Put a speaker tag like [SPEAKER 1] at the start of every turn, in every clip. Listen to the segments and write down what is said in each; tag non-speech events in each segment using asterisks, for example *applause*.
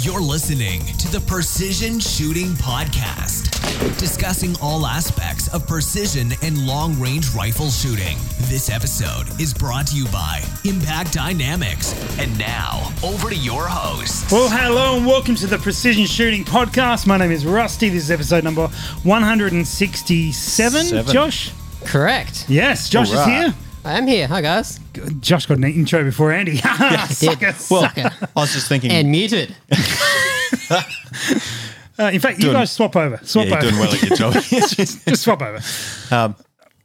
[SPEAKER 1] You're listening to the Precision Shooting Podcast, discussing all aspects of precision and long range rifle shooting. This episode is brought to you by Impact Dynamics. And now, over to your hosts.
[SPEAKER 2] Well, hello and welcome to the Precision Shooting Podcast. My name is Rusty. This is episode number 167.
[SPEAKER 3] Seven.
[SPEAKER 2] Josh?
[SPEAKER 4] Correct.
[SPEAKER 2] Yes, Josh
[SPEAKER 3] All right.
[SPEAKER 2] is
[SPEAKER 4] I am here. Hi, guys.
[SPEAKER 2] here. Josh got an intro before Andy. *laughs* Sucker, *laughs*
[SPEAKER 3] Well,
[SPEAKER 2] sucker.
[SPEAKER 3] I was just thinking.
[SPEAKER 4] And muted.
[SPEAKER 2] Uh, in fact, you
[SPEAKER 3] doing-
[SPEAKER 2] guys swap over. Swap
[SPEAKER 3] yeah, you're
[SPEAKER 2] over.
[SPEAKER 3] doing well at your job.
[SPEAKER 2] *laughs*
[SPEAKER 3] *laughs*
[SPEAKER 2] Just swap over.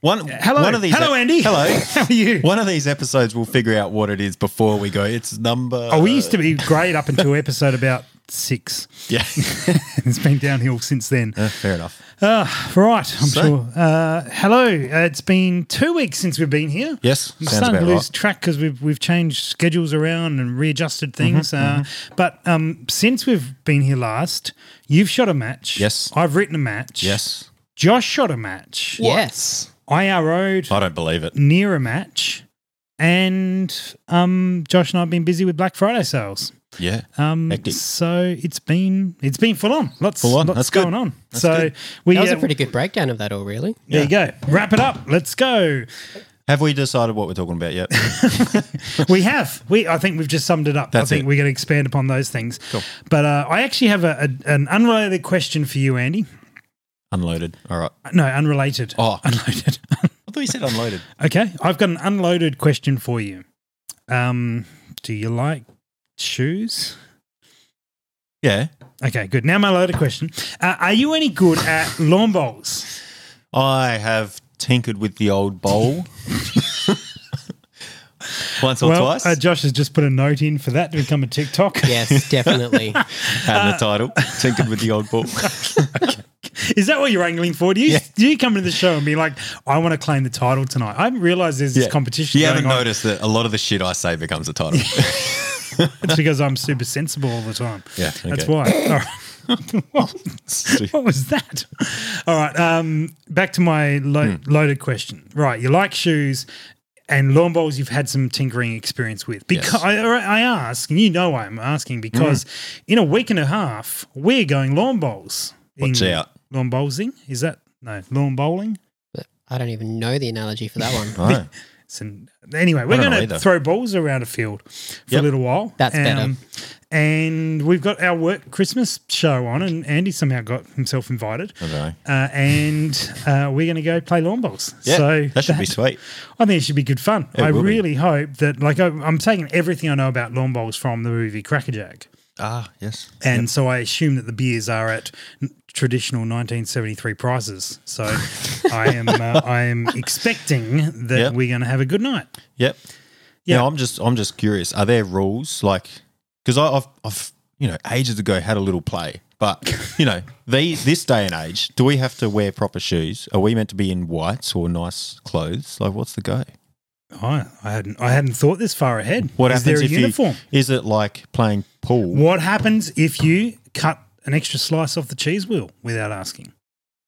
[SPEAKER 3] one,
[SPEAKER 2] *laughs* Hello.
[SPEAKER 3] one of these. e-
[SPEAKER 2] Hello, Andy. *laughs*
[SPEAKER 3] Hello.
[SPEAKER 2] How are you?
[SPEAKER 3] One of these episodes, we'll figure out what it is before we go. It's number.
[SPEAKER 2] Oh, we used to be great up until episode about six. *laughs*
[SPEAKER 3] *laughs* Yeah.
[SPEAKER 2] It's been downhill since then. Ah,
[SPEAKER 3] Fair enough.
[SPEAKER 2] Right, I'm
[SPEAKER 3] Uh, So-
[SPEAKER 2] sure. Uh, hello. Uh, it's been two weeks since we've been here.
[SPEAKER 3] Yes,
[SPEAKER 2] I'm
[SPEAKER 3] sounds
[SPEAKER 2] starting to
[SPEAKER 3] about
[SPEAKER 2] lose
[SPEAKER 3] right.
[SPEAKER 2] track because we've we've changed schedules around and readjusted things.
[SPEAKER 3] Mm-hmm,
[SPEAKER 2] uh, But um, since we've been here last, you've shot a match.
[SPEAKER 3] Yes.
[SPEAKER 2] I've written a match.
[SPEAKER 3] *laughs* Yes.
[SPEAKER 2] Josh shot a match.
[SPEAKER 4] Yes.
[SPEAKER 2] I rode
[SPEAKER 3] I don't believe it.
[SPEAKER 2] near a match, and um, Josh and I've been busy with Black Friday sales.
[SPEAKER 3] Yeah.
[SPEAKER 2] Um,
[SPEAKER 3] Hectic.
[SPEAKER 2] so it's been it's been full on. Lots
[SPEAKER 3] Full on.
[SPEAKER 2] lots
[SPEAKER 3] That's good.
[SPEAKER 2] going on.
[SPEAKER 3] That's
[SPEAKER 2] so
[SPEAKER 3] good.
[SPEAKER 2] we
[SPEAKER 4] That was
[SPEAKER 2] uh,
[SPEAKER 4] a pretty good breakdown of that all, really.
[SPEAKER 2] There you go. Wrap it up. Let's go.
[SPEAKER 3] Have we decided what we're talking
[SPEAKER 2] *laughs*
[SPEAKER 3] about yet?
[SPEAKER 2] We have. We. I think we've just summed it up.
[SPEAKER 3] That's
[SPEAKER 2] I think
[SPEAKER 3] it.
[SPEAKER 2] we're going to expand upon those things. But uh, I actually have a, a, an unrelated question for you, Andy.
[SPEAKER 3] unloaded. All right. I
[SPEAKER 2] No, unrelated.
[SPEAKER 3] Oh. *laughs*
[SPEAKER 2] unloaded.
[SPEAKER 3] thought you said unloaded.
[SPEAKER 2] okay, I've got an unloaded question for you. Um, do you like shoes?
[SPEAKER 3] Yeah.
[SPEAKER 2] Okay, good. Now my loaded question: uh, Are you any good at lawn bowls?
[SPEAKER 3] I have tinkered with the old
[SPEAKER 2] *laughs*
[SPEAKER 3] bowl. *laughs* Once or
[SPEAKER 2] well,
[SPEAKER 3] twice.
[SPEAKER 2] Uh, Josh has just put a note in for that to become a TikTok.
[SPEAKER 4] Yes, definitely.
[SPEAKER 3] and the title. Tinkered with the old bowl.
[SPEAKER 2] *laughs* Is that what you're angling for? Do you
[SPEAKER 3] Yeah.
[SPEAKER 2] do you come to the show and be like, I want to claim the title tonight? I haven't realised there's this competition.
[SPEAKER 3] You
[SPEAKER 2] going
[SPEAKER 3] haven't
[SPEAKER 2] on.
[SPEAKER 3] noticed that a lot of the shit I say becomes
[SPEAKER 2] *laughs*
[SPEAKER 3] a title.
[SPEAKER 2] It's because I'm super sensible all the time.
[SPEAKER 3] Yeah,
[SPEAKER 2] that's
[SPEAKER 3] okay.
[SPEAKER 2] why. All right. *laughs* what, what was that? All right. Um, back to my lo-
[SPEAKER 3] Hmm.
[SPEAKER 2] loaded question. Right, you like shoes. And lawn bowls, you've had some tinkering experience with. Because
[SPEAKER 3] Yes. Hmm.
[SPEAKER 2] I, I ask, and you know why I'm asking, because in a week and a half, we're going lawn bowls.
[SPEAKER 3] Watch
[SPEAKER 2] in- *laughs*
[SPEAKER 3] out.
[SPEAKER 2] Lawn bowling? Is that? No, lawn bowling?
[SPEAKER 4] But I don't even know the analogy for that one.
[SPEAKER 3] Oh.
[SPEAKER 2] And anyway, we're
[SPEAKER 3] don't know
[SPEAKER 2] going to
[SPEAKER 3] either.
[SPEAKER 2] throw balls around a field for a
[SPEAKER 3] Yep.
[SPEAKER 2] little while. Um,
[SPEAKER 4] That's better.
[SPEAKER 2] And we've got our work Christmas show on, and Andy somehow got himself invited.
[SPEAKER 3] Okay.
[SPEAKER 2] Uh, and uh, we're going to go play lawn balls.
[SPEAKER 3] Yeah,
[SPEAKER 2] so
[SPEAKER 3] that should be sweet.
[SPEAKER 2] I think it should be good fun. I
[SPEAKER 3] will be.
[SPEAKER 2] really hope that, like, I, I'm taking everything I know about lawn bowls from the movie Crackerjack.
[SPEAKER 3] Ah, yes.
[SPEAKER 2] And so I assume that the beers are at n- traditional 1973 prices.
[SPEAKER 3] *laughs*
[SPEAKER 2] So I am uh, I am expecting that
[SPEAKER 3] Yeah.
[SPEAKER 2] we're going to have a good night.
[SPEAKER 3] Yep.
[SPEAKER 2] Yeah.
[SPEAKER 3] Yeah, I'm just I'm just curious. Are there rules like because I've I've you know ages ago had a little play,
[SPEAKER 2] *laughs*
[SPEAKER 3] but you know the this day and age, do we have to wear proper shoes? Are we meant to be in whites or nice clothes? Like, what's the go?
[SPEAKER 2] Oh, I hadn't I hadn't thought this far ahead.
[SPEAKER 3] What
[SPEAKER 2] is
[SPEAKER 3] happens
[SPEAKER 2] there a
[SPEAKER 3] if
[SPEAKER 2] uniform?
[SPEAKER 3] you? Is it like playing pool?
[SPEAKER 2] What happens if you cut an extra slice off the cheese wheel without asking?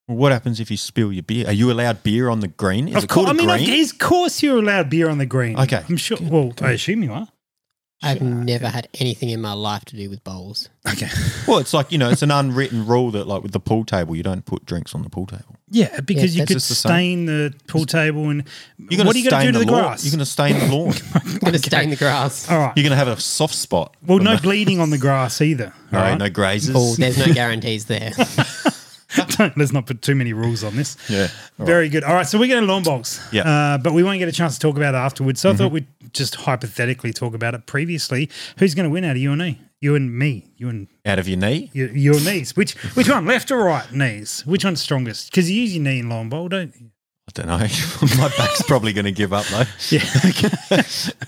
[SPEAKER 3] What happens if you spill your beer? Are you allowed beer on the green? Is it
[SPEAKER 2] course,
[SPEAKER 3] called
[SPEAKER 2] I
[SPEAKER 3] a
[SPEAKER 2] mean,
[SPEAKER 3] green?
[SPEAKER 2] of course, you're allowed beer on the green.
[SPEAKER 3] Okay.
[SPEAKER 2] I'm sure. Well, I assume you are.
[SPEAKER 4] I've never had anything in my life to do
[SPEAKER 2] *laughs*
[SPEAKER 4] with bowls.
[SPEAKER 2] Okay.
[SPEAKER 3] Well, it's like you know, it's an unwritten rule that like with the pool table, you don't put drinks on the pool table.
[SPEAKER 2] Yeah, because you
[SPEAKER 4] that's
[SPEAKER 2] could
[SPEAKER 3] just the same.
[SPEAKER 2] stain the pool table and
[SPEAKER 3] You're gonna
[SPEAKER 2] what are you going to
[SPEAKER 3] stain
[SPEAKER 2] do to the,
[SPEAKER 3] lawn.
[SPEAKER 2] grass?
[SPEAKER 3] You're going to stain the lawn.
[SPEAKER 4] I'm going to stain the grass.
[SPEAKER 2] All right.
[SPEAKER 3] You're going to have a soft spot.
[SPEAKER 2] Well,
[SPEAKER 3] *laughs*
[SPEAKER 2] no bleeding on the grass either.
[SPEAKER 3] No,
[SPEAKER 2] all right?
[SPEAKER 3] no grazes.
[SPEAKER 4] Oh, there's no guarantees there.
[SPEAKER 2] Don't- let's not put too many rules on this.
[SPEAKER 3] Yeah. All
[SPEAKER 2] Very good. All right, so we're going to lawn balls.
[SPEAKER 3] Yeah.
[SPEAKER 2] Uh, but we won't get a chance to talk about it afterwards. So I thought we'd just hypothetically talk about it previously. Who's going to win out of you and me? You and me. You and
[SPEAKER 3] Out of your knee?
[SPEAKER 2] your, your knees. Which which one? Left or right knees? Which one's strongest? Because you use your knee in lawn bowl, don't you? *laughs*
[SPEAKER 3] I don't know. *laughs* My back's probably going to give up though.
[SPEAKER 2] Yeah. Okay.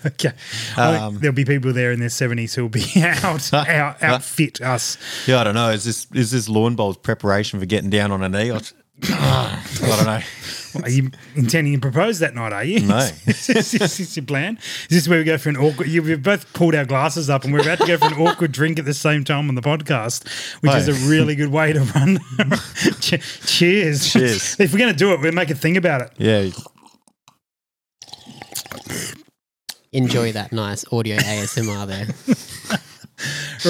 [SPEAKER 2] okay. I think
[SPEAKER 3] Um,
[SPEAKER 2] there'll be people there in their seventies who'll be *laughs*
[SPEAKER 3] *laughs*
[SPEAKER 2] out, out outfit us.
[SPEAKER 3] Yeah, I don't know. Is this is this lawn bowl's preparation for getting down on a knee? I, Ah, I don't know.
[SPEAKER 2] Are you intending to propose that night? Are you?
[SPEAKER 3] No.
[SPEAKER 2] *laughs* is, this, is this your plan? Is this where we go for an awkward? You, we've both pulled our glasses up, and we're about to go for an awkward drink at the same time on the podcast, which is
[SPEAKER 3] Aye.
[SPEAKER 2] a really good way to
[SPEAKER 3] *laughs*
[SPEAKER 2] run. che- cheers!
[SPEAKER 3] Cheers.
[SPEAKER 2] if we're going to do it, we'll make a thing about it.
[SPEAKER 3] Yeah,
[SPEAKER 2] *laughs*
[SPEAKER 4] Enjoy that nice audio ASMR there.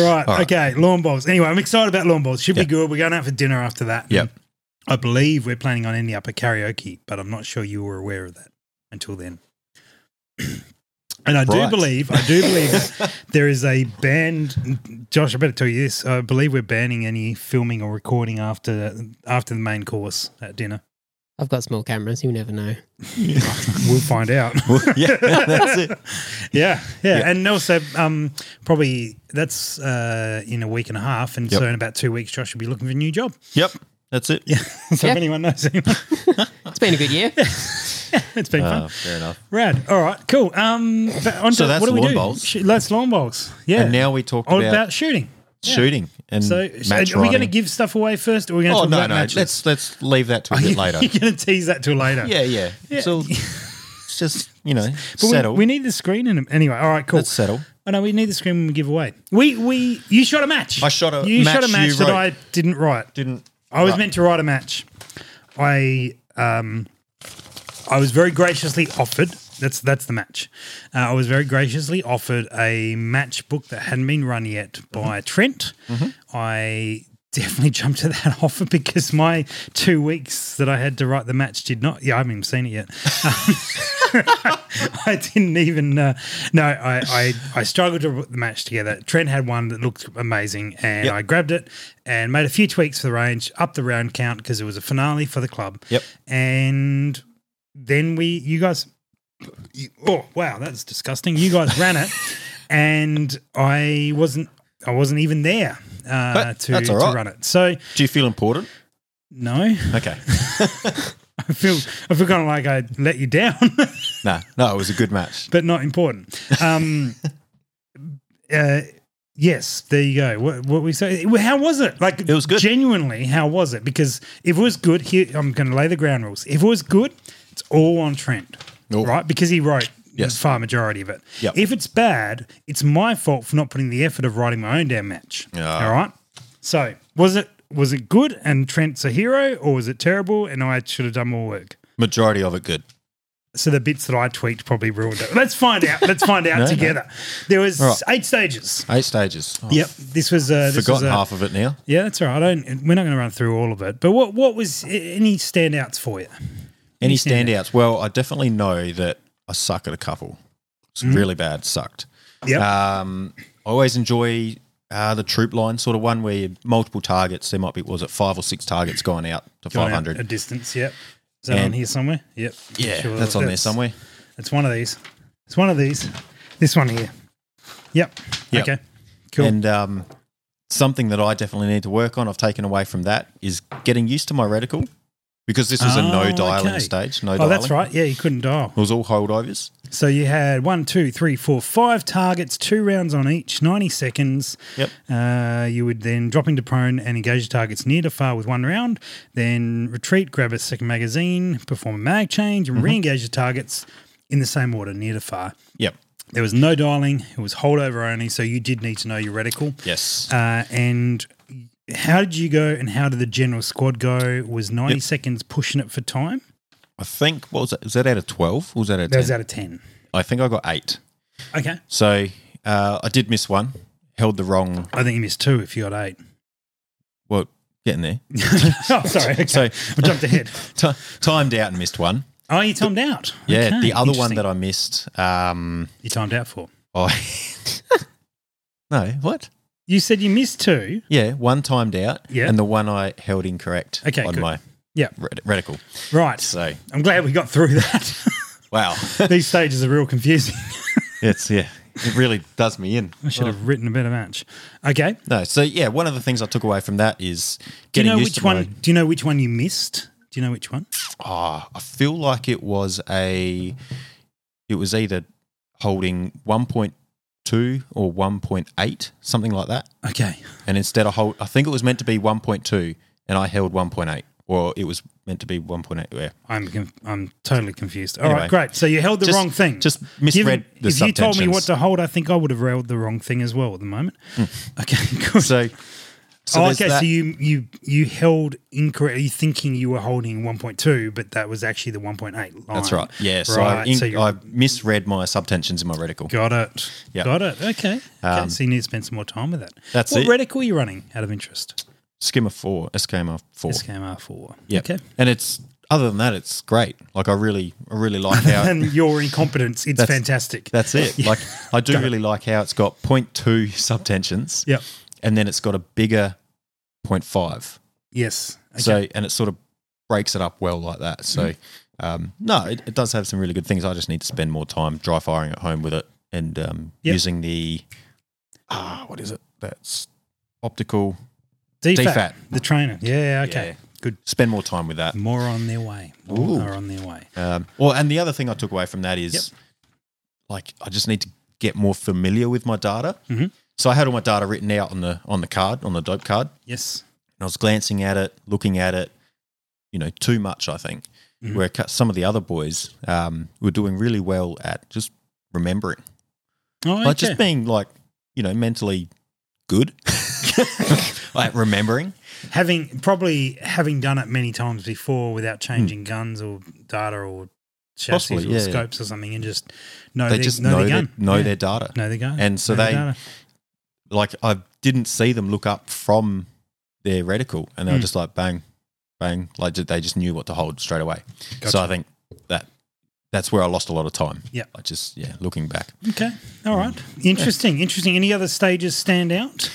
[SPEAKER 2] Right.
[SPEAKER 3] All right.
[SPEAKER 2] Okay. Lawn bowls. Anyway, I'm excited about lawn bowls. Should
[SPEAKER 3] Yeah.
[SPEAKER 2] be good. We're going out for dinner after that.
[SPEAKER 3] Yep. *laughs*
[SPEAKER 2] I believe we're planning on ending up at karaoke, but I'm not sure you were aware of that until then. *clears throat* and I
[SPEAKER 3] Right.
[SPEAKER 2] do believe, I do believe that there is a band. Josh, I better tell you this. I believe we're banning any filming or recording after after the main course at dinner.
[SPEAKER 4] I've got small cameras. You'll never know.
[SPEAKER 2] We'll find out.
[SPEAKER 3] yeah, that's it.
[SPEAKER 2] Yeah, yeah,
[SPEAKER 3] Yeah.
[SPEAKER 2] and also um, probably that's uh, in a week and a half, and so
[SPEAKER 3] Yep.
[SPEAKER 2] in about two weeks, Josh will be looking for a new job. *laughs*
[SPEAKER 3] Yep, that's it.
[SPEAKER 2] Yeah, so
[SPEAKER 4] Yeah.
[SPEAKER 2] if anyone knows anyone,
[SPEAKER 4] It's been a good
[SPEAKER 2] *laughs*
[SPEAKER 4] year.
[SPEAKER 2] it's been
[SPEAKER 3] Ah,
[SPEAKER 2] fun.
[SPEAKER 3] fair enough.
[SPEAKER 2] Rad. All right, cool. Um, but on
[SPEAKER 3] So
[SPEAKER 2] to-
[SPEAKER 3] that's
[SPEAKER 2] what do we
[SPEAKER 3] lawn
[SPEAKER 2] do?
[SPEAKER 3] bowls.
[SPEAKER 2] Sh- that's lawn bowls. Yeah,
[SPEAKER 3] And now we talked
[SPEAKER 2] All
[SPEAKER 3] about,
[SPEAKER 2] about, shooting. yeah.
[SPEAKER 3] shooting and
[SPEAKER 2] So,
[SPEAKER 3] match
[SPEAKER 2] are we going to
[SPEAKER 3] writing.
[SPEAKER 2] give stuff away first, or are we going to
[SPEAKER 3] Oh
[SPEAKER 2] talk
[SPEAKER 3] no,
[SPEAKER 2] about
[SPEAKER 3] no.
[SPEAKER 2] matches? *laughs*
[SPEAKER 3] Let's let's leave that to a bit later.
[SPEAKER 2] You're going to tease that till later.
[SPEAKER 3] yeah, yeah.
[SPEAKER 2] Yeah. *laughs*
[SPEAKER 3] So it's just you know
[SPEAKER 2] But we-
[SPEAKER 3] settle.
[SPEAKER 2] We, need the screen in a, anyway. All right, cool.
[SPEAKER 3] Let's settle.
[SPEAKER 2] I know we need the screen when we give away. We we you shot a match.
[SPEAKER 3] I shot a
[SPEAKER 2] you
[SPEAKER 3] match
[SPEAKER 2] shot a
[SPEAKER 3] you
[SPEAKER 2] match that
[SPEAKER 3] wrote.
[SPEAKER 2] I didn't write.
[SPEAKER 3] Didn't
[SPEAKER 2] I was
[SPEAKER 3] Right.
[SPEAKER 2] meant to write a match. I um, I was very graciously offered. That's that's the match. Uh, I was very graciously offered a match book that hadn't been run yet by
[SPEAKER 3] Mm-hmm.
[SPEAKER 2] Trent. I definitely *laughs* jumped at that offer because my two weeks that I had to write the match did not. Yeah, I haven't even seen it yet. Um, *laughs* I didn't even uh, no. I, I I struggled to put the match together. Trent had one that looked amazing, and
[SPEAKER 3] Yep.
[SPEAKER 2] I grabbed it and made a few tweaks for the range, up the round count because it was a finale for the club.
[SPEAKER 3] Yep.
[SPEAKER 2] And then we, you guys, you- oh wow, that's disgusting. You guys ran
[SPEAKER 3] *laughs*
[SPEAKER 2] it, and I wasn't. I wasn't even there uh,
[SPEAKER 3] But
[SPEAKER 2] to,
[SPEAKER 3] that's
[SPEAKER 2] to
[SPEAKER 3] all right.
[SPEAKER 2] run it. So
[SPEAKER 3] Do you feel important?
[SPEAKER 2] no, *laughs*
[SPEAKER 3] Okay.
[SPEAKER 2] I feel I feel kind of like I let you down. *laughs*
[SPEAKER 3] no, no, it was a good match.
[SPEAKER 2] but not important. Um, *laughs* uh, yes, there you go. What, what we say? well, How was it? Like it
[SPEAKER 3] was good.
[SPEAKER 2] Genuinely, how was it? Because if it was good, here I'm going to lay the ground rules. If it was good, it's all on Trent,
[SPEAKER 3] Oh.
[SPEAKER 2] right? Because he wrote.
[SPEAKER 3] Yes.
[SPEAKER 2] The far majority of it.
[SPEAKER 3] Yep.
[SPEAKER 2] If it's bad, it's my fault for not putting the effort of writing my own damn match.
[SPEAKER 3] Yeah.
[SPEAKER 2] All right. So was it was it good and Trent's a hero, or was it terrible and I should have done more work?
[SPEAKER 3] Majority of it good.
[SPEAKER 2] So the bits that I tweaked probably ruined it. Let's find out. Let's find out
[SPEAKER 3] *laughs* No, no.
[SPEAKER 2] together. There was
[SPEAKER 3] All right.
[SPEAKER 2] eight stages.
[SPEAKER 3] Eight stages. Oh,
[SPEAKER 2] Yep. This was uh,
[SPEAKER 3] I've
[SPEAKER 2] this was,
[SPEAKER 3] Forgotten
[SPEAKER 2] uh,
[SPEAKER 3] half of it now.
[SPEAKER 2] Yeah, that's all right. I don't. We're not going to run through all of it. But what what was any standouts for you?
[SPEAKER 3] Any
[SPEAKER 2] stand
[SPEAKER 3] standouts? Well, I definitely know that I suck at a couple. It's
[SPEAKER 2] Mm-hmm.
[SPEAKER 3] really bad. Sucked.
[SPEAKER 2] Yep.
[SPEAKER 3] Um, I always enjoy uh, the troop line sort of one where you multiple targets. There might be was it five or six targets going out to
[SPEAKER 2] Going out
[SPEAKER 3] five hundred.
[SPEAKER 2] a distance. Yep. Is that on
[SPEAKER 3] And-
[SPEAKER 2] here somewhere? Yep.
[SPEAKER 3] Yeah,
[SPEAKER 2] Sure,
[SPEAKER 3] that's on there somewhere.
[SPEAKER 2] It's one of these. It's one of these. This one here. Yep.
[SPEAKER 3] Yep.
[SPEAKER 2] Okay. Cool.
[SPEAKER 3] And um, something that I definitely need to work on, I've taken away from that, is getting used to my reticle because this was a
[SPEAKER 2] Oh,
[SPEAKER 3] no dialing
[SPEAKER 2] okay.
[SPEAKER 3] stage. No
[SPEAKER 2] oh,
[SPEAKER 3] dialing.
[SPEAKER 2] that's right. Yeah, you couldn't dial.
[SPEAKER 3] It was all holdovers.
[SPEAKER 2] So you had one, two, three, four, five targets, two rounds on each, 90 seconds.
[SPEAKER 3] Yep.
[SPEAKER 2] Uh, you would then drop into prone and engage the targets near to far with one round, then retreat, grab a second magazine, perform a mag change,
[SPEAKER 3] Mm-hmm.
[SPEAKER 2] and re engage the targets in the same order, near to far.
[SPEAKER 3] Yep.
[SPEAKER 2] There was no dialing, it was holdover only, so you did need to know your reticle.
[SPEAKER 3] Yes.
[SPEAKER 2] Uh, and how did you go and how did the general squad go? Was 90
[SPEAKER 3] Yep.
[SPEAKER 2] seconds pushing it for time?
[SPEAKER 3] I think what was that? Was that out of twelve? Or was that out of
[SPEAKER 2] That was
[SPEAKER 3] ten?
[SPEAKER 2] out of 10.
[SPEAKER 3] I think I got eight.
[SPEAKER 2] Okay.
[SPEAKER 3] So uh, I did miss one. Held the wrong.
[SPEAKER 2] I think you missed two if you got
[SPEAKER 3] *laughs*
[SPEAKER 2] eight.
[SPEAKER 3] Well, getting there. *laughs*
[SPEAKER 2] oh, sorry. Okay.
[SPEAKER 3] So
[SPEAKER 2] I jumped ahead.
[SPEAKER 3] t- timed out and missed one.
[SPEAKER 2] Oh, you timed out.
[SPEAKER 3] Yeah.
[SPEAKER 2] Okay,
[SPEAKER 3] The other one
[SPEAKER 2] interesting.
[SPEAKER 3] that I missed. Um,
[SPEAKER 2] you timed out for.
[SPEAKER 3] I. *laughs* no. What?
[SPEAKER 2] You said you missed two.
[SPEAKER 3] Yeah, one timed out.
[SPEAKER 2] Yeah.
[SPEAKER 3] And the one I held incorrect
[SPEAKER 2] Okay,
[SPEAKER 3] on
[SPEAKER 2] good.
[SPEAKER 3] my
[SPEAKER 2] Yeah.
[SPEAKER 3] ret- reticle.
[SPEAKER 2] Right.
[SPEAKER 3] So,
[SPEAKER 2] I'm glad we got through *laughs* that.
[SPEAKER 3] wow.
[SPEAKER 2] These stages are real confusing.
[SPEAKER 3] it's, yeah, it really does me in.
[SPEAKER 2] I should have written a better match. Okay.
[SPEAKER 3] No, so yeah, one of the things I took away from that is
[SPEAKER 2] Do you
[SPEAKER 3] getting
[SPEAKER 2] know
[SPEAKER 3] used
[SPEAKER 2] which
[SPEAKER 3] to my-
[SPEAKER 2] one? Do you know which one you missed? Do you know which one?
[SPEAKER 3] Ah, I feel like it was a, it was either holding 1.2 or 1.8, something like that.
[SPEAKER 2] Okay.
[SPEAKER 3] And instead of hold, I think it was meant to be 1.2 and I held 1.8 or it was meant to be 1.8. Yeah.
[SPEAKER 2] I'm con- I'm totally confused. All right,
[SPEAKER 3] Anyway.
[SPEAKER 2] great. So you held the
[SPEAKER 3] Just-
[SPEAKER 2] wrong thing.
[SPEAKER 3] just misread the
[SPEAKER 2] If you told me
[SPEAKER 3] subtentions.
[SPEAKER 2] what to hold, I think I would have held the wrong thing as well at the moment. Okay, *laughs* good.
[SPEAKER 3] Hmm. So, So
[SPEAKER 2] oh,
[SPEAKER 3] there's
[SPEAKER 2] okay,
[SPEAKER 3] that-
[SPEAKER 2] so you you you held incorrectly, thinking you were holding 1.2, but that was actually the 1.8 line.
[SPEAKER 3] That's right. Yeah. So,
[SPEAKER 2] right.
[SPEAKER 3] I, in-
[SPEAKER 2] so you
[SPEAKER 3] I misread my subtensions in my reticle.
[SPEAKER 2] got it.
[SPEAKER 3] Yeah.
[SPEAKER 2] Got it. Okay. okay.
[SPEAKER 3] Um,
[SPEAKER 2] So you need to spend some more time with that.
[SPEAKER 3] That's
[SPEAKER 2] what
[SPEAKER 3] it.
[SPEAKER 2] reticle are you running out of interest?
[SPEAKER 3] Skimmer four, SKMR four.
[SPEAKER 2] SKMR four.
[SPEAKER 3] Yeah.
[SPEAKER 2] Okay.
[SPEAKER 3] And it's other than that, it's great. Like I really, I really
[SPEAKER 2] *laughs*
[SPEAKER 3] like how
[SPEAKER 2] And your incompetence, it's
[SPEAKER 3] That's-
[SPEAKER 2] fantastic.
[SPEAKER 3] that's it.
[SPEAKER 2] Yeah.
[SPEAKER 3] Like I do really like how it's got 0.2 subtensions.
[SPEAKER 2] Yep.
[SPEAKER 3] And then it's got a bigger 0.5.
[SPEAKER 2] Yes. Okay. Mm-hmm.
[SPEAKER 3] So and it sort of breaks it up well like that. So um, no, it, it does have some really good things. I just need to spend more time dry firing at home with it and um,
[SPEAKER 2] Yep.
[SPEAKER 3] using the ah, what is it? That's optical.
[SPEAKER 2] DFAT,
[SPEAKER 3] DFAT.
[SPEAKER 2] the trainer. Yeah. Okay.
[SPEAKER 3] Yeah.
[SPEAKER 2] Good.
[SPEAKER 3] Spend more time with that.
[SPEAKER 2] More on their way. More
[SPEAKER 3] Ooh.
[SPEAKER 2] are on their way.
[SPEAKER 3] Um, well, and the other thing I took away from that is like I just need to get more familiar with my data.
[SPEAKER 2] Mhm.
[SPEAKER 3] So I had all my data written out on the on the card on the dope card,
[SPEAKER 2] Yes.
[SPEAKER 3] and I was glancing at it, looking at it, you know, too much. I think
[SPEAKER 2] Mhm.
[SPEAKER 3] where cu- some of the other boys um, were doing really well at just remembering,
[SPEAKER 2] Oh, okay.
[SPEAKER 3] like just being like you know mentally good *laughs* at remembering.
[SPEAKER 2] having probably having done it many times before without changing guns or data or chassis
[SPEAKER 3] Hmm. Possibly,
[SPEAKER 2] or
[SPEAKER 3] yeah, yeah.
[SPEAKER 2] scopes or something, and just know
[SPEAKER 3] they
[SPEAKER 2] their,
[SPEAKER 3] just
[SPEAKER 2] know,
[SPEAKER 3] know
[SPEAKER 2] their
[SPEAKER 3] their,
[SPEAKER 2] gun,
[SPEAKER 3] know
[SPEAKER 2] Yeah.
[SPEAKER 3] their data,
[SPEAKER 2] know their gun,
[SPEAKER 3] and so
[SPEAKER 2] know their
[SPEAKER 3] they
[SPEAKER 2] data.
[SPEAKER 3] like I didn't see them look up from their reticle, and they were
[SPEAKER 2] Mm.
[SPEAKER 3] just like bang, bang, like ju- they just knew what to hold straight away.
[SPEAKER 2] Gotcha.
[SPEAKER 3] So I think that that's where I lost a lot of time.
[SPEAKER 2] Yeah.
[SPEAKER 3] like just yeah, looking back.
[SPEAKER 2] Okay, all right, interesting, interesting. Any other stages stand out?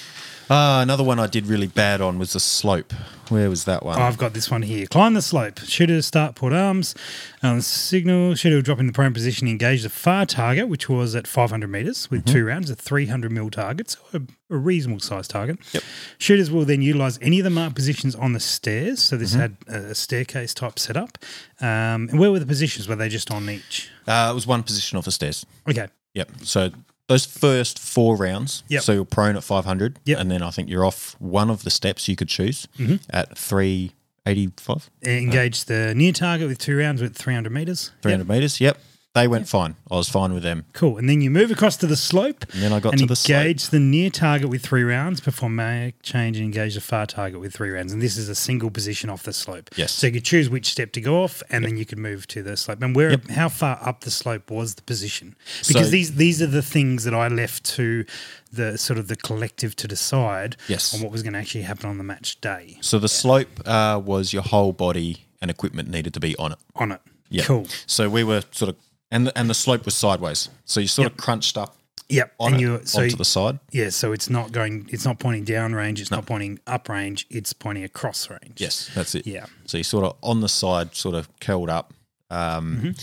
[SPEAKER 3] Uh, another one I did really bad on was the slope. Where was that one?
[SPEAKER 2] I've got this one here. Climb the slope. Shooter start port arms. Um, signal. Shooter will drop in the prone position. Engage the far target, which was at 500 meters with two rounds, a 300 mil target, so a, a reasonable size target. Yep. Shooters will then utilize any of the marked positions on the stairs. So this had a a staircase type setup. Um, and where were the positions? Were they just on each?
[SPEAKER 3] Uh, it was one position off the stairs.
[SPEAKER 2] Okay.
[SPEAKER 3] Yep. So those first four rounds.
[SPEAKER 2] Yep.
[SPEAKER 3] So you're prone at 500.
[SPEAKER 2] Yep. Mm-hmm.
[SPEAKER 3] And then I think you're off one of the steps you could choose at 385,
[SPEAKER 2] E-, Engage the near target with two rounds with 300 meters.
[SPEAKER 3] 300 meters. Yep. They went fine. I was fine with them.
[SPEAKER 2] Cool. And then you move across to the slope.
[SPEAKER 3] And then I got
[SPEAKER 2] and
[SPEAKER 3] to the slope.
[SPEAKER 2] engage the near target with three rounds, perform magic change, and engage the far target with three rounds. And this is a single position off the slope.
[SPEAKER 3] Yes.
[SPEAKER 2] So you could choose which step to go off, and then you could move to the slope. And where,
[SPEAKER 3] Yep.
[SPEAKER 2] how far up the slope was the position? Because
[SPEAKER 3] So-
[SPEAKER 2] these these are the things that I left to the sort of the collective to decide
[SPEAKER 3] Yes.
[SPEAKER 2] on what was going to actually happen on the match day
[SPEAKER 3] So the slope uh, was your whole body and equipment needed to be on it.
[SPEAKER 2] on it.
[SPEAKER 3] Yeah.
[SPEAKER 2] Cool.
[SPEAKER 3] So we were sort of, and the, and the slope was sideways. So you sort of crunched up
[SPEAKER 2] Yep.
[SPEAKER 3] on
[SPEAKER 2] and
[SPEAKER 3] it,
[SPEAKER 2] you so
[SPEAKER 3] onto the side.
[SPEAKER 2] yeah, so it's not going. It's not pointing down range. It's not pointing up range. It's pointing across range.
[SPEAKER 3] Yes, that's it.
[SPEAKER 2] Yeah.
[SPEAKER 3] So you're sort of on the side, sort of curled up. Um,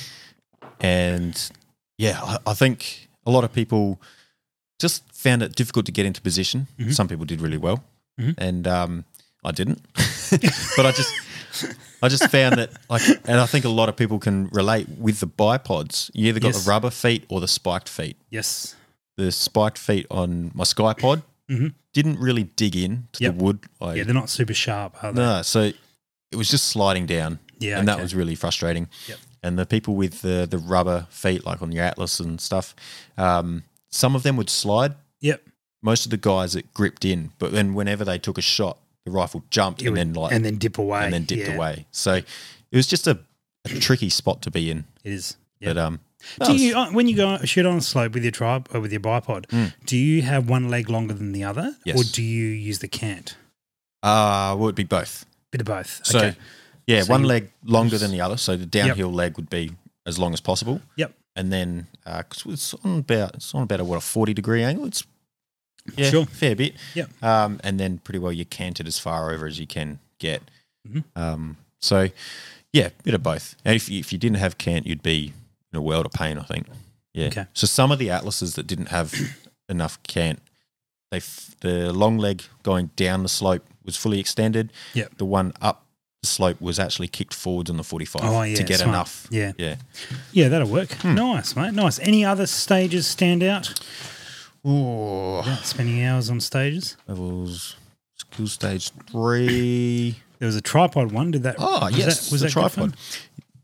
[SPEAKER 2] Mm-hmm.
[SPEAKER 3] And yeah, I, I think a lot of people just found it difficult to get into position.
[SPEAKER 2] Mm-hmm.
[SPEAKER 3] Some people did really well, and um, I didn't. *laughs* but I just. I just found that, like, and I think a lot of people can relate with the bipods. You either got
[SPEAKER 2] Yes.
[SPEAKER 3] the rubber feet or the spiked feet.
[SPEAKER 2] Yes.
[SPEAKER 3] The spiked feet on my Skypod didn't really dig in
[SPEAKER 2] Mm-hmm.
[SPEAKER 3] to
[SPEAKER 2] Yep.
[SPEAKER 3] the wood. I
[SPEAKER 2] Yeah, they're not super sharp, are they?
[SPEAKER 3] no, so it was just sliding down.
[SPEAKER 2] Yeah,
[SPEAKER 3] And that
[SPEAKER 2] okay.
[SPEAKER 3] was really frustrating.
[SPEAKER 2] Yep.
[SPEAKER 3] And the people with the, the rubber feet, like on your Atlas and stuff, um, some of them would slide.
[SPEAKER 2] Yep.
[SPEAKER 3] Most of the guys it gripped in, but then whenever they took a shot, the rifle jumped
[SPEAKER 2] It
[SPEAKER 3] and
[SPEAKER 2] would-
[SPEAKER 3] then like
[SPEAKER 2] and then dip away.
[SPEAKER 3] and then dipped
[SPEAKER 2] Yeah,
[SPEAKER 3] away. So it was just a, a tricky spot to be in.
[SPEAKER 2] It is.
[SPEAKER 3] But um, that
[SPEAKER 2] Do
[SPEAKER 3] was-
[SPEAKER 2] you uh, when you go shoot on a slope with your tribe or with your bipod? Do you have one leg longer than the other,
[SPEAKER 3] Hmm. Yes.
[SPEAKER 2] or do you use the cant?
[SPEAKER 3] uh, well, it'd be both.
[SPEAKER 2] Bit of both.
[SPEAKER 3] So
[SPEAKER 2] okay.
[SPEAKER 3] yeah,
[SPEAKER 2] So
[SPEAKER 3] one
[SPEAKER 2] you-
[SPEAKER 3] leg longer than the other. So the downhill leg would be as long as possible.
[SPEAKER 2] Yep.
[SPEAKER 3] and then because it's on about it's on about a what a forty degree angle. It's yeah,
[SPEAKER 2] Sure.
[SPEAKER 3] fair bit.
[SPEAKER 2] Yep.
[SPEAKER 3] Um, and then pretty well you cant it as far over as you can get.
[SPEAKER 2] Mhm.
[SPEAKER 3] Um, so yeah, bit of both. And if you, if you didn't have cant, you'd be in a world of pain, I think. Yeah.
[SPEAKER 2] Okay.
[SPEAKER 3] So some of the atlases that didn't have *coughs* enough cant, they f- the long leg going down the slope was fully extended.
[SPEAKER 2] Yep.
[SPEAKER 3] The one up the slope was actually kicked forwards on the forty five
[SPEAKER 2] Oh, yeah,
[SPEAKER 3] to get
[SPEAKER 2] smart.
[SPEAKER 3] enough. Hmm.
[SPEAKER 2] Yeah.
[SPEAKER 3] Yeah.
[SPEAKER 2] Yeah, that'll work. Nice, mate. Nice. Any other stages stand out?
[SPEAKER 3] Ooh.
[SPEAKER 2] Yeah, spending hours on stages.
[SPEAKER 3] levels skill stage three.
[SPEAKER 2] There was a tripod one. Did that?
[SPEAKER 3] Oh
[SPEAKER 2] was
[SPEAKER 3] yes,
[SPEAKER 2] that, was
[SPEAKER 3] the
[SPEAKER 2] that good
[SPEAKER 3] tripod.
[SPEAKER 2] fun?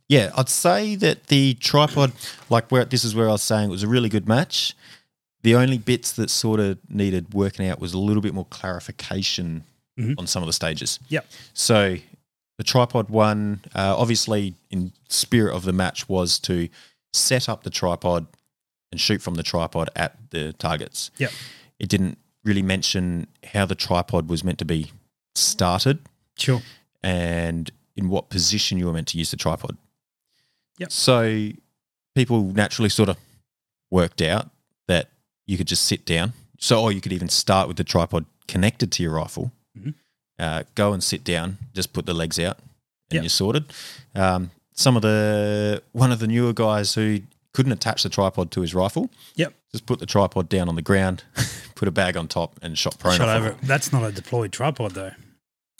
[SPEAKER 3] Yeah, I'd say that the tripod, like where this is where I was saying it was a really good match. The only bits that sort of needed working out was a little bit more clarification on some of the stages.
[SPEAKER 2] Yep.
[SPEAKER 3] So the tripod one, uh, obviously, in spirit of the match, was to set up the tripod and shoot from the tripod at the targets.
[SPEAKER 2] Yep.
[SPEAKER 3] It didn't really mention how the tripod was meant to be started
[SPEAKER 2] Sure.
[SPEAKER 3] and in what position you were meant to use the tripod.
[SPEAKER 2] Yep.
[SPEAKER 3] So people naturally sort of worked out that you could just sit down. So, or you could even start with the tripod connected to your rifle,
[SPEAKER 2] Mhm.
[SPEAKER 3] uh, go and sit down, just put the legs out, and
[SPEAKER 2] Yep.
[SPEAKER 3] you're sorted. Um, some of the one of the newer guys who couldn't attach the tripod to his rifle,
[SPEAKER 2] Yep.
[SPEAKER 3] just put the tripod down on the ground, *laughs* put a bag on top, and shot prone.
[SPEAKER 2] Shot
[SPEAKER 3] off of
[SPEAKER 2] over.
[SPEAKER 3] it.
[SPEAKER 2] That's not a deployed tripod, though.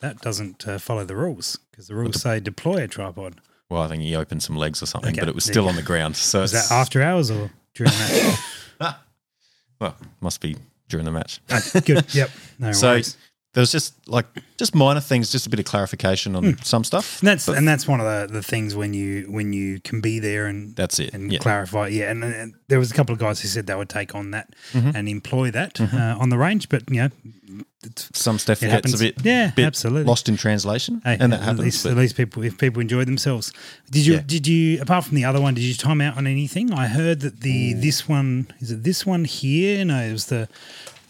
[SPEAKER 2] That doesn't uh, follow the rules because the rules say deploy a tripod.
[SPEAKER 3] Well, I think he opened some legs or something,
[SPEAKER 2] Okay,
[SPEAKER 3] but it was
[SPEAKER 2] there
[SPEAKER 3] still
[SPEAKER 2] you
[SPEAKER 3] on the ground. So
[SPEAKER 2] Is
[SPEAKER 3] it's-
[SPEAKER 2] that after hours or during that?
[SPEAKER 3] *laughs* Well, must be during the match.
[SPEAKER 2] Oh, good. Yep. No
[SPEAKER 3] So-
[SPEAKER 2] worries.
[SPEAKER 3] There's just like just minor things, just a bit of clarification on some stuff.
[SPEAKER 2] Hmm. And that's
[SPEAKER 3] but
[SPEAKER 2] and that's one of the, the things when you when you can be there and
[SPEAKER 3] that's it.
[SPEAKER 2] and
[SPEAKER 3] yeah.
[SPEAKER 2] clarify. Yeah, and, and there was a couple of guys who said they would take on that
[SPEAKER 3] Mhm.
[SPEAKER 2] and employ that uh, on the range, but you know, it's,
[SPEAKER 3] some stuff
[SPEAKER 2] it
[SPEAKER 3] gets
[SPEAKER 2] happens.
[SPEAKER 3] a bit,
[SPEAKER 2] yeah,
[SPEAKER 3] bit
[SPEAKER 2] absolutely.
[SPEAKER 3] lost in translation,
[SPEAKER 2] Hey,
[SPEAKER 3] and that
[SPEAKER 2] at
[SPEAKER 3] happens.
[SPEAKER 2] Least,
[SPEAKER 3] but-
[SPEAKER 2] at least people, if people enjoy themselves, did you?
[SPEAKER 3] Yeah.
[SPEAKER 2] Did you? Apart from the other one, did you time out on anything? I heard that the
[SPEAKER 3] Mm.
[SPEAKER 2] this one is it this one here? No, it was the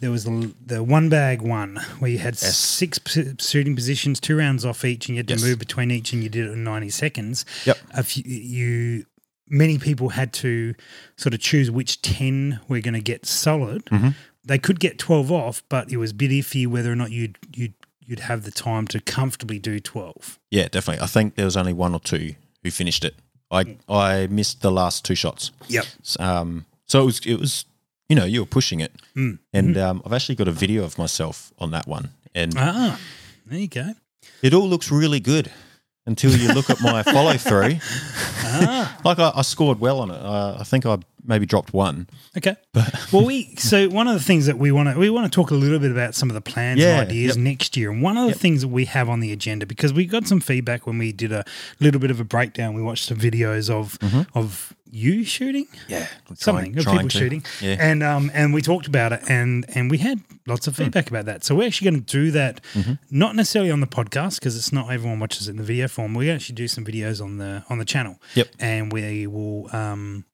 [SPEAKER 2] there was the, the one bag one where you had
[SPEAKER 3] Yes.
[SPEAKER 2] six p- shooting positions, two rounds off each, and you had to
[SPEAKER 3] Yes.
[SPEAKER 2] move between each, and you did it in ninety seconds.
[SPEAKER 3] Yep.
[SPEAKER 2] A few, you many people had to sort of choose which ten we're going to get solid.
[SPEAKER 3] Mm-hmm.
[SPEAKER 2] They could get twelve off, but it was a bit iffy whether or not you'd you'd you'd have the time to comfortably do twelve.
[SPEAKER 3] yeah, definitely. I think there was only one or two who finished it. I
[SPEAKER 2] Hmm.
[SPEAKER 3] I missed the last two shots.
[SPEAKER 2] Yep.
[SPEAKER 3] Um, so it was it was you know you were pushing it,
[SPEAKER 2] Mm.
[SPEAKER 3] and um, I've actually got a video of myself on that one, and
[SPEAKER 2] Ah, there you go.
[SPEAKER 3] it all looks really good until you look
[SPEAKER 2] *laughs*
[SPEAKER 3] at my follow through.
[SPEAKER 2] Ah,
[SPEAKER 3] Like I, I scored well on it. Uh, I think I maybe dropped one.
[SPEAKER 2] okay. *laughs* well, we so one of the things that we want to we want to talk a little bit about some of the plans
[SPEAKER 3] Yeah,
[SPEAKER 2] and ideas
[SPEAKER 3] yep.
[SPEAKER 2] next year, and one of the things that we have on the agenda because we got some feedback when we did a little bit of a breakdown. We watched some videos of
[SPEAKER 3] Mm-hmm.
[SPEAKER 2] of you shooting.
[SPEAKER 3] Yeah, I'm
[SPEAKER 2] something
[SPEAKER 3] trying-
[SPEAKER 2] of
[SPEAKER 3] trying
[SPEAKER 2] people
[SPEAKER 3] to.
[SPEAKER 2] shooting.
[SPEAKER 3] Yeah.
[SPEAKER 2] And um and we talked about it and and we had lots
[SPEAKER 3] Hmm.
[SPEAKER 2] of feedback about that. So we're actually going to do that
[SPEAKER 3] Mm-hmm.
[SPEAKER 2] not necessarily on the podcast because it's not everyone watches it in the video form. We actually do some videos on the on the channel.
[SPEAKER 3] Yep.
[SPEAKER 2] And we will um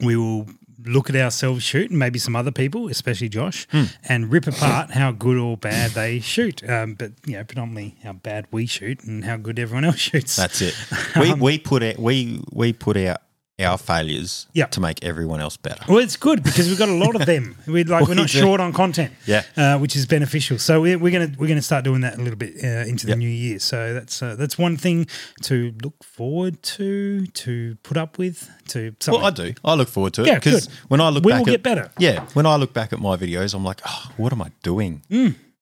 [SPEAKER 2] we will look at ourselves shoot and maybe some other people, especially Josh,
[SPEAKER 3] Hmm.
[SPEAKER 2] and rip apart how good or bad they shoot. Um, but you know, predominantly how bad we shoot and how good everyone else *laughs* shoots.
[SPEAKER 3] That's it. We,
[SPEAKER 2] Um,
[SPEAKER 3] we put out we we put out our failures
[SPEAKER 2] Yep.
[SPEAKER 3] to make everyone else better.
[SPEAKER 2] Well, it's good because we've got a lot of
[SPEAKER 3] *laughs*
[SPEAKER 2] them. We like we're
[SPEAKER 3] We
[SPEAKER 2] not
[SPEAKER 3] do.
[SPEAKER 2] short on content,
[SPEAKER 3] Yeah.
[SPEAKER 2] uh, which is beneficial. So we're, we're gonna we're gonna start doing that a little bit uh, into the
[SPEAKER 3] Yep.
[SPEAKER 2] new year. So that's uh, that's one thing to look forward to, to put up with, to something.
[SPEAKER 3] Well, I do. I look forward to it
[SPEAKER 2] Yeah,
[SPEAKER 3] because
[SPEAKER 2] good.
[SPEAKER 3] when I look
[SPEAKER 2] We
[SPEAKER 3] back,
[SPEAKER 2] will get
[SPEAKER 3] at,
[SPEAKER 2] better.
[SPEAKER 3] Yeah, when I look back at my videos, I'm like, oh, what am I doing?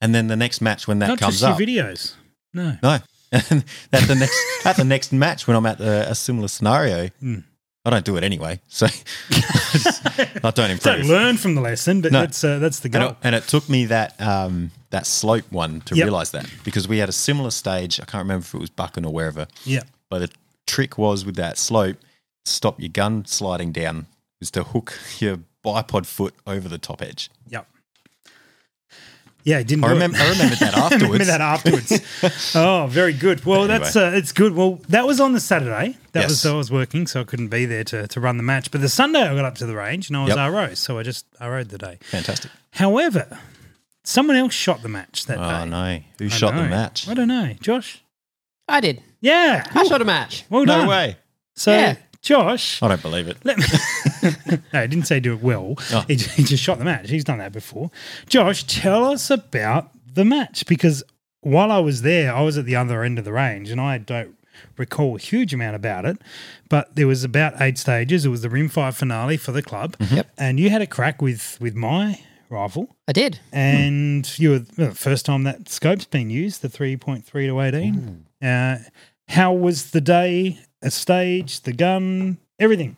[SPEAKER 3] And then the next match when that
[SPEAKER 2] Mm. not
[SPEAKER 3] comes
[SPEAKER 2] just your
[SPEAKER 3] up,
[SPEAKER 2] videos. No,
[SPEAKER 3] no, *laughs* and at the next at the next match when I'm at a, a similar scenario,
[SPEAKER 2] Hmm.
[SPEAKER 3] I don't do it anyway. So *laughs* I, just- I don't improve.
[SPEAKER 2] don't learn from the lesson, but
[SPEAKER 3] No.
[SPEAKER 2] that's uh, that's the
[SPEAKER 3] And
[SPEAKER 2] goal.
[SPEAKER 3] it, and it took me that um, that slope one to
[SPEAKER 2] Yep.
[SPEAKER 3] realize that because we had a similar stage. I can't remember if it was Bucking or wherever,
[SPEAKER 2] Yeah,
[SPEAKER 3] but the trick was with that slope, stop your gun sliding down, was to hook your bipod foot over the top edge.
[SPEAKER 2] yeah, yeah. I didn't.
[SPEAKER 3] I
[SPEAKER 2] do it.
[SPEAKER 3] remember, I remembered
[SPEAKER 2] *laughs*
[SPEAKER 3] that afterwards.
[SPEAKER 2] Remember that
[SPEAKER 3] *laughs*
[SPEAKER 2] afterwards. oh, very good. Well,
[SPEAKER 3] Anyway.
[SPEAKER 2] that's uh, it's good. Well, that was on the Saturday. That
[SPEAKER 3] Yes.
[SPEAKER 2] was I was working, so I couldn't be there to, to run the match. But the Sunday I got up to the range and I was
[SPEAKER 3] Yep.
[SPEAKER 2] RO, so I just RO'd the day.
[SPEAKER 3] Fantastic.
[SPEAKER 2] However, someone else shot the match that
[SPEAKER 3] Oh
[SPEAKER 2] day.
[SPEAKER 3] no, who
[SPEAKER 2] I
[SPEAKER 3] shot
[SPEAKER 2] know.
[SPEAKER 3] the match?
[SPEAKER 2] I don't know, Josh.
[SPEAKER 4] I did.
[SPEAKER 2] Yeah,
[SPEAKER 4] I shot a match.
[SPEAKER 2] well
[SPEAKER 3] No
[SPEAKER 2] done.
[SPEAKER 3] way.
[SPEAKER 2] So,
[SPEAKER 4] Yeah.
[SPEAKER 2] Josh.
[SPEAKER 3] I don't believe it.
[SPEAKER 2] Let me. *laughs* no, he didn't say do it well.
[SPEAKER 3] Oh.
[SPEAKER 2] He, he just shot the match. He's done that before. Josh, tell us about the match because while I was there, I was at the other end of the range and I don't recall a huge amount about it, but there was about eight stages. It was the rimfire finale for the club.
[SPEAKER 4] Yep.
[SPEAKER 2] And you had a crack with with my rifle.
[SPEAKER 4] I did.
[SPEAKER 2] And you were well, first time that scope's been used, the 3.3 to 18. Uh, how was the day, a stage, the gun, everything?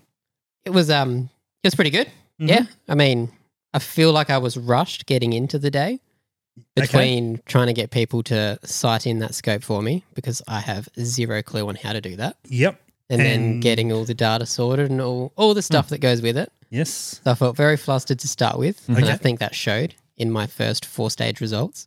[SPEAKER 4] It was um it was pretty good.
[SPEAKER 2] Mm-hmm.
[SPEAKER 4] Yeah. I mean, I feel like I was rushed getting into the day between trying to get people to sight in that scope for me because I have zero clue on how to do that.
[SPEAKER 2] Yep.
[SPEAKER 4] And, then
[SPEAKER 2] And- Hmm.
[SPEAKER 4] getting all the data sorted and all, all the stuff that goes with it.
[SPEAKER 2] Yes.
[SPEAKER 4] So I felt very flustered to start with. And I
[SPEAKER 2] Mm-hmm. Okay.
[SPEAKER 4] think that showed in my first four stage results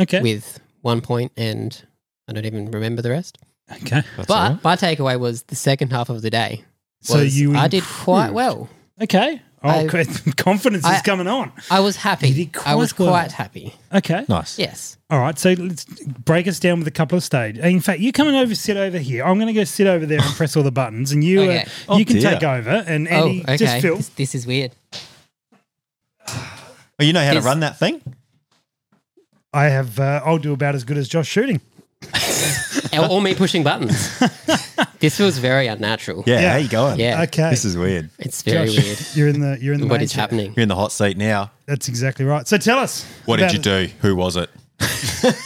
[SPEAKER 2] Okay.
[SPEAKER 4] with one point, and I don't even remember the rest.
[SPEAKER 2] Okay.
[SPEAKER 3] That's
[SPEAKER 4] but
[SPEAKER 3] all right.
[SPEAKER 4] my takeaway was the second half of the day.
[SPEAKER 2] So
[SPEAKER 4] was
[SPEAKER 2] you
[SPEAKER 4] I did quite
[SPEAKER 2] improved.
[SPEAKER 4] well.
[SPEAKER 2] Okay. Oh,
[SPEAKER 4] I-
[SPEAKER 2] okay. *laughs* confidence
[SPEAKER 4] I-
[SPEAKER 2] is coming on.
[SPEAKER 4] I was happy.
[SPEAKER 2] You did
[SPEAKER 4] I was
[SPEAKER 2] quite well.
[SPEAKER 4] quite happy.
[SPEAKER 2] Okay.
[SPEAKER 3] nice.
[SPEAKER 4] Yes.
[SPEAKER 2] All right. So let's break us down with a couple of stage. In fact, you coming over, sit over here. I'm going to go sit over there and press all the buttons, and you
[SPEAKER 4] Okay.
[SPEAKER 2] uh,
[SPEAKER 3] Oh,
[SPEAKER 2] you can
[SPEAKER 3] dear.
[SPEAKER 2] take over. And Andy,
[SPEAKER 4] oh, okay.
[SPEAKER 2] just Phil.
[SPEAKER 4] This, this is weird.
[SPEAKER 3] Oh, you know how to
[SPEAKER 4] Is-
[SPEAKER 3] run that thing?
[SPEAKER 2] I have. Uh, I'll do about as good as Josh shooting.
[SPEAKER 4] *laughs* or, or me pushing buttons. *laughs* this feels very unnatural.
[SPEAKER 3] Yeah,
[SPEAKER 2] Yeah.
[SPEAKER 3] How you going?
[SPEAKER 4] Yeah.
[SPEAKER 2] Okay.
[SPEAKER 3] This is weird.
[SPEAKER 4] It's very
[SPEAKER 2] Josh,
[SPEAKER 4] weird.
[SPEAKER 2] You're in the you're in the
[SPEAKER 4] What
[SPEAKER 2] main
[SPEAKER 4] is
[SPEAKER 2] chair.
[SPEAKER 4] happening?
[SPEAKER 3] You're in the hot seat now.
[SPEAKER 2] That's exactly right. So tell us.
[SPEAKER 3] What did
[SPEAKER 2] about
[SPEAKER 3] you
[SPEAKER 2] it.
[SPEAKER 3] do? Who was
[SPEAKER 4] *laughs*
[SPEAKER 3] it?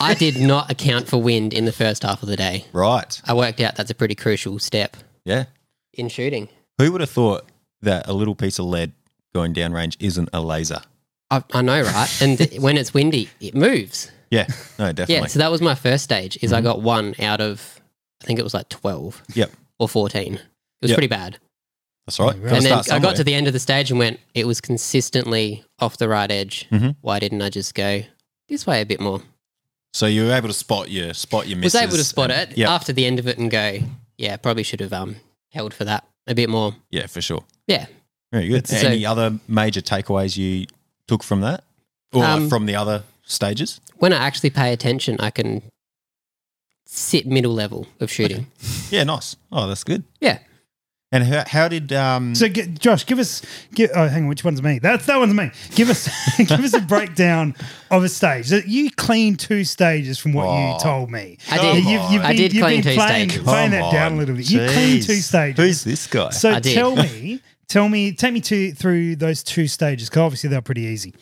[SPEAKER 4] I did not account for wind in the first half of the day.
[SPEAKER 3] Right.
[SPEAKER 4] I worked out that's a pretty crucial step
[SPEAKER 3] Yeah.
[SPEAKER 4] in shooting.
[SPEAKER 3] Who would have thought that a little piece of lead going downrange isn't a laser?
[SPEAKER 4] I, I know, right?
[SPEAKER 2] *laughs*
[SPEAKER 4] And th- when it's windy, it moves.
[SPEAKER 3] Yeah. No, *laughs*
[SPEAKER 4] Yeah.
[SPEAKER 3] definitely.
[SPEAKER 4] So that was my first stage. Is
[SPEAKER 2] Mm-hmm.
[SPEAKER 4] I got one out of I think it was like twelve.
[SPEAKER 3] Yep.
[SPEAKER 4] Or fourteen. It was
[SPEAKER 3] Yep.
[SPEAKER 4] pretty bad.
[SPEAKER 3] That's all right.
[SPEAKER 2] And
[SPEAKER 3] Gotta
[SPEAKER 4] and then
[SPEAKER 3] start
[SPEAKER 4] I got to
[SPEAKER 3] somewhere.
[SPEAKER 4] the end of the stage and went, it was consistently off the right edge.
[SPEAKER 3] Mhm.
[SPEAKER 4] Why didn't I just go this way a bit more?
[SPEAKER 3] So you were able to spot your spot your misses.
[SPEAKER 4] was able to spot
[SPEAKER 3] and-
[SPEAKER 4] it
[SPEAKER 3] Yeah.
[SPEAKER 4] after the end of it and go, yeah, probably should have um held for that a bit more.
[SPEAKER 3] Yeah, for sure.
[SPEAKER 4] Yeah.
[SPEAKER 3] Very good.
[SPEAKER 4] It's-
[SPEAKER 3] Any other major takeaways you took from that, or like,
[SPEAKER 4] Um,
[SPEAKER 3] from the other stages?
[SPEAKER 4] When I actually pay attention, I can sit middle level of shooting.
[SPEAKER 3] Yeah, nice. Oh, that's good.
[SPEAKER 4] *laughs* Yeah.
[SPEAKER 3] And how, how did um?
[SPEAKER 2] So, g Josh, give us. Give, oh, hang on. Which one's me? That's that one's me. Give us, *laughs* give us a breakdown of a stage. So You cleaned two stages from what
[SPEAKER 3] Oh.
[SPEAKER 2] you told me.
[SPEAKER 4] I
[SPEAKER 3] Come
[SPEAKER 4] did.
[SPEAKER 3] on.
[SPEAKER 2] You've, you've
[SPEAKER 4] I
[SPEAKER 2] been,
[SPEAKER 4] did
[SPEAKER 2] you've
[SPEAKER 4] clean
[SPEAKER 2] been
[SPEAKER 4] two
[SPEAKER 2] playing,
[SPEAKER 4] stages.
[SPEAKER 2] playing that
[SPEAKER 3] Come
[SPEAKER 2] down a
[SPEAKER 3] on.
[SPEAKER 2] little bit. You cleaned
[SPEAKER 3] Jeez.
[SPEAKER 2] two stages.
[SPEAKER 3] Who's this guy?
[SPEAKER 2] so
[SPEAKER 4] I did.
[SPEAKER 2] tell me, tell me, take me to through those two stages. Because obviously they're pretty easy.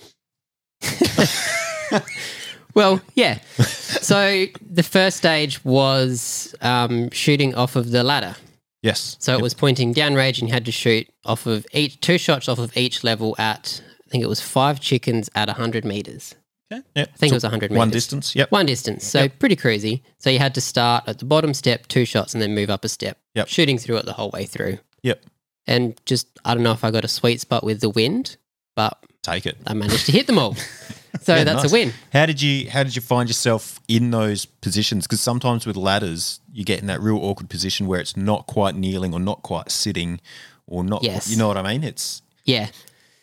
[SPEAKER 4] Well, yeah. *laughs* so the first stage was um, shooting off of the ladder.
[SPEAKER 3] yes.
[SPEAKER 4] So it was pointing downrange and you had to shoot off of each two shots off of each level at I think it was five chickens at hundred meters.
[SPEAKER 3] Yep.
[SPEAKER 4] I think it was hundred meters.
[SPEAKER 3] one distance. Yep.
[SPEAKER 4] One distance. So pretty cruisy. So you had to start at the bottom step, two shots, and then move up a step.
[SPEAKER 3] Yep.
[SPEAKER 4] Shooting through it the whole way through.
[SPEAKER 3] Yep.
[SPEAKER 4] And just I don't know if I got a sweet spot with the wind, but
[SPEAKER 3] Take it.
[SPEAKER 4] I managed to hit them all. *laughs* So
[SPEAKER 3] Yeah,
[SPEAKER 4] that's
[SPEAKER 3] nice.
[SPEAKER 4] a win.
[SPEAKER 3] How did you how did you find yourself in those positions? Because sometimes with ladders, you get in that real awkward position where it's not quite kneeling or not quite sitting, or not.
[SPEAKER 4] Yes.
[SPEAKER 3] You know what I mean? It's
[SPEAKER 4] Yeah.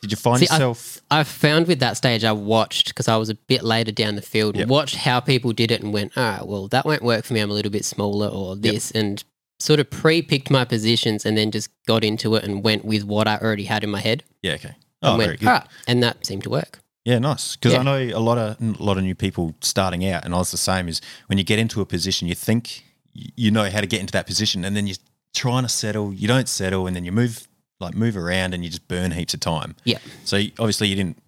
[SPEAKER 3] did you find
[SPEAKER 4] See, I-
[SPEAKER 3] yourself?
[SPEAKER 4] I found with that stage I watched because I was a bit later down the field,
[SPEAKER 3] Yep.
[SPEAKER 4] watched how people did it and went, all right, well, that won't work for me. I'm a little bit smaller or this and sort of pre picked my positions and then just got into it and went with what I already had in my head.
[SPEAKER 3] yeah. Okay.
[SPEAKER 4] And
[SPEAKER 3] Oh,
[SPEAKER 4] went,
[SPEAKER 3] very good.
[SPEAKER 4] all right. And that seemed to work.
[SPEAKER 3] Yeah, nice. Because
[SPEAKER 4] Yeah.
[SPEAKER 3] I know a lot of a lot of new people starting out, and I was the same. Is when you get into a position, you think y- you know how to get into that position, and then you're trying to settle. You don't settle, and then you move like move around, and you just burn heaps of time.
[SPEAKER 4] Yeah.
[SPEAKER 3] So you- obviously you didn't.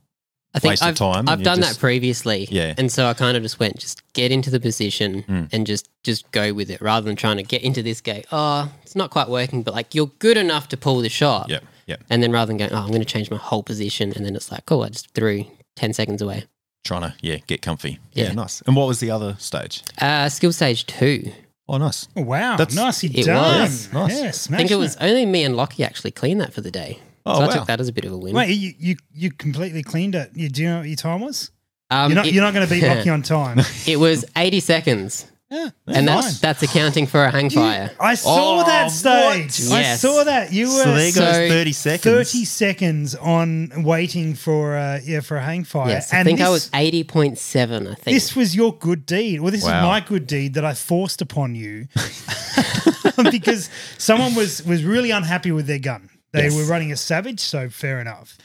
[SPEAKER 4] I think
[SPEAKER 3] Waste of
[SPEAKER 4] I've,
[SPEAKER 3] time and
[SPEAKER 4] I've
[SPEAKER 3] you
[SPEAKER 4] done
[SPEAKER 3] just-
[SPEAKER 4] that previously.
[SPEAKER 3] Yeah.
[SPEAKER 4] And so I kind of just went, just get into the position
[SPEAKER 3] Mm.
[SPEAKER 4] and just just go with it rather than trying to get into this go, oh, it's not quite working, but like you're good enough to pull the shot.
[SPEAKER 3] Yeah. Yeah.
[SPEAKER 4] And then rather than going, oh, I'm going to change my whole position. And then it's like, cool, I just threw 10 seconds away.
[SPEAKER 3] Trying to yeah get comfy. Yeah.
[SPEAKER 4] Yeah.
[SPEAKER 3] Nice. And what was the other stage?
[SPEAKER 4] Uh, skill stage two.
[SPEAKER 3] Oh, nice.
[SPEAKER 2] Oh, wow,
[SPEAKER 3] That's-
[SPEAKER 2] nicely
[SPEAKER 4] It
[SPEAKER 2] done.
[SPEAKER 3] Nice.
[SPEAKER 4] was.
[SPEAKER 2] Yeah,
[SPEAKER 4] I think it
[SPEAKER 2] smashing
[SPEAKER 4] was only me and Lockie actually cleaned that for the day.
[SPEAKER 3] Oh
[SPEAKER 4] so
[SPEAKER 3] wow.
[SPEAKER 4] I took that as a bit of a win.
[SPEAKER 2] Wait, you, you you completely cleaned it. You, do you know what your time was?
[SPEAKER 4] um,
[SPEAKER 2] you're not
[SPEAKER 4] it,
[SPEAKER 2] you're not going to
[SPEAKER 4] *laughs*
[SPEAKER 2] beat Rocky on time.
[SPEAKER 4] it was 80 seconds.
[SPEAKER 2] Yeah,
[SPEAKER 4] and that's, that's accounting for a hang
[SPEAKER 2] You-
[SPEAKER 4] fire.
[SPEAKER 2] I saw
[SPEAKER 3] Oh,
[SPEAKER 2] that
[SPEAKER 3] what?
[SPEAKER 2] stage. I
[SPEAKER 4] Yes.
[SPEAKER 2] saw that. You were
[SPEAKER 3] so there
[SPEAKER 4] So-
[SPEAKER 3] goes thirty seconds.
[SPEAKER 2] 30 seconds on waiting for uh, yeah for a hang fire.
[SPEAKER 4] Yes, I think
[SPEAKER 2] this,
[SPEAKER 4] I was 80.7, I think.
[SPEAKER 2] this was your good deed. Well, this is
[SPEAKER 3] Wow.
[SPEAKER 2] my good deed that I forced upon you *laughs* because someone was was really unhappy with their gun. They
[SPEAKER 4] Yes.
[SPEAKER 2] were running a savage, so fair enough.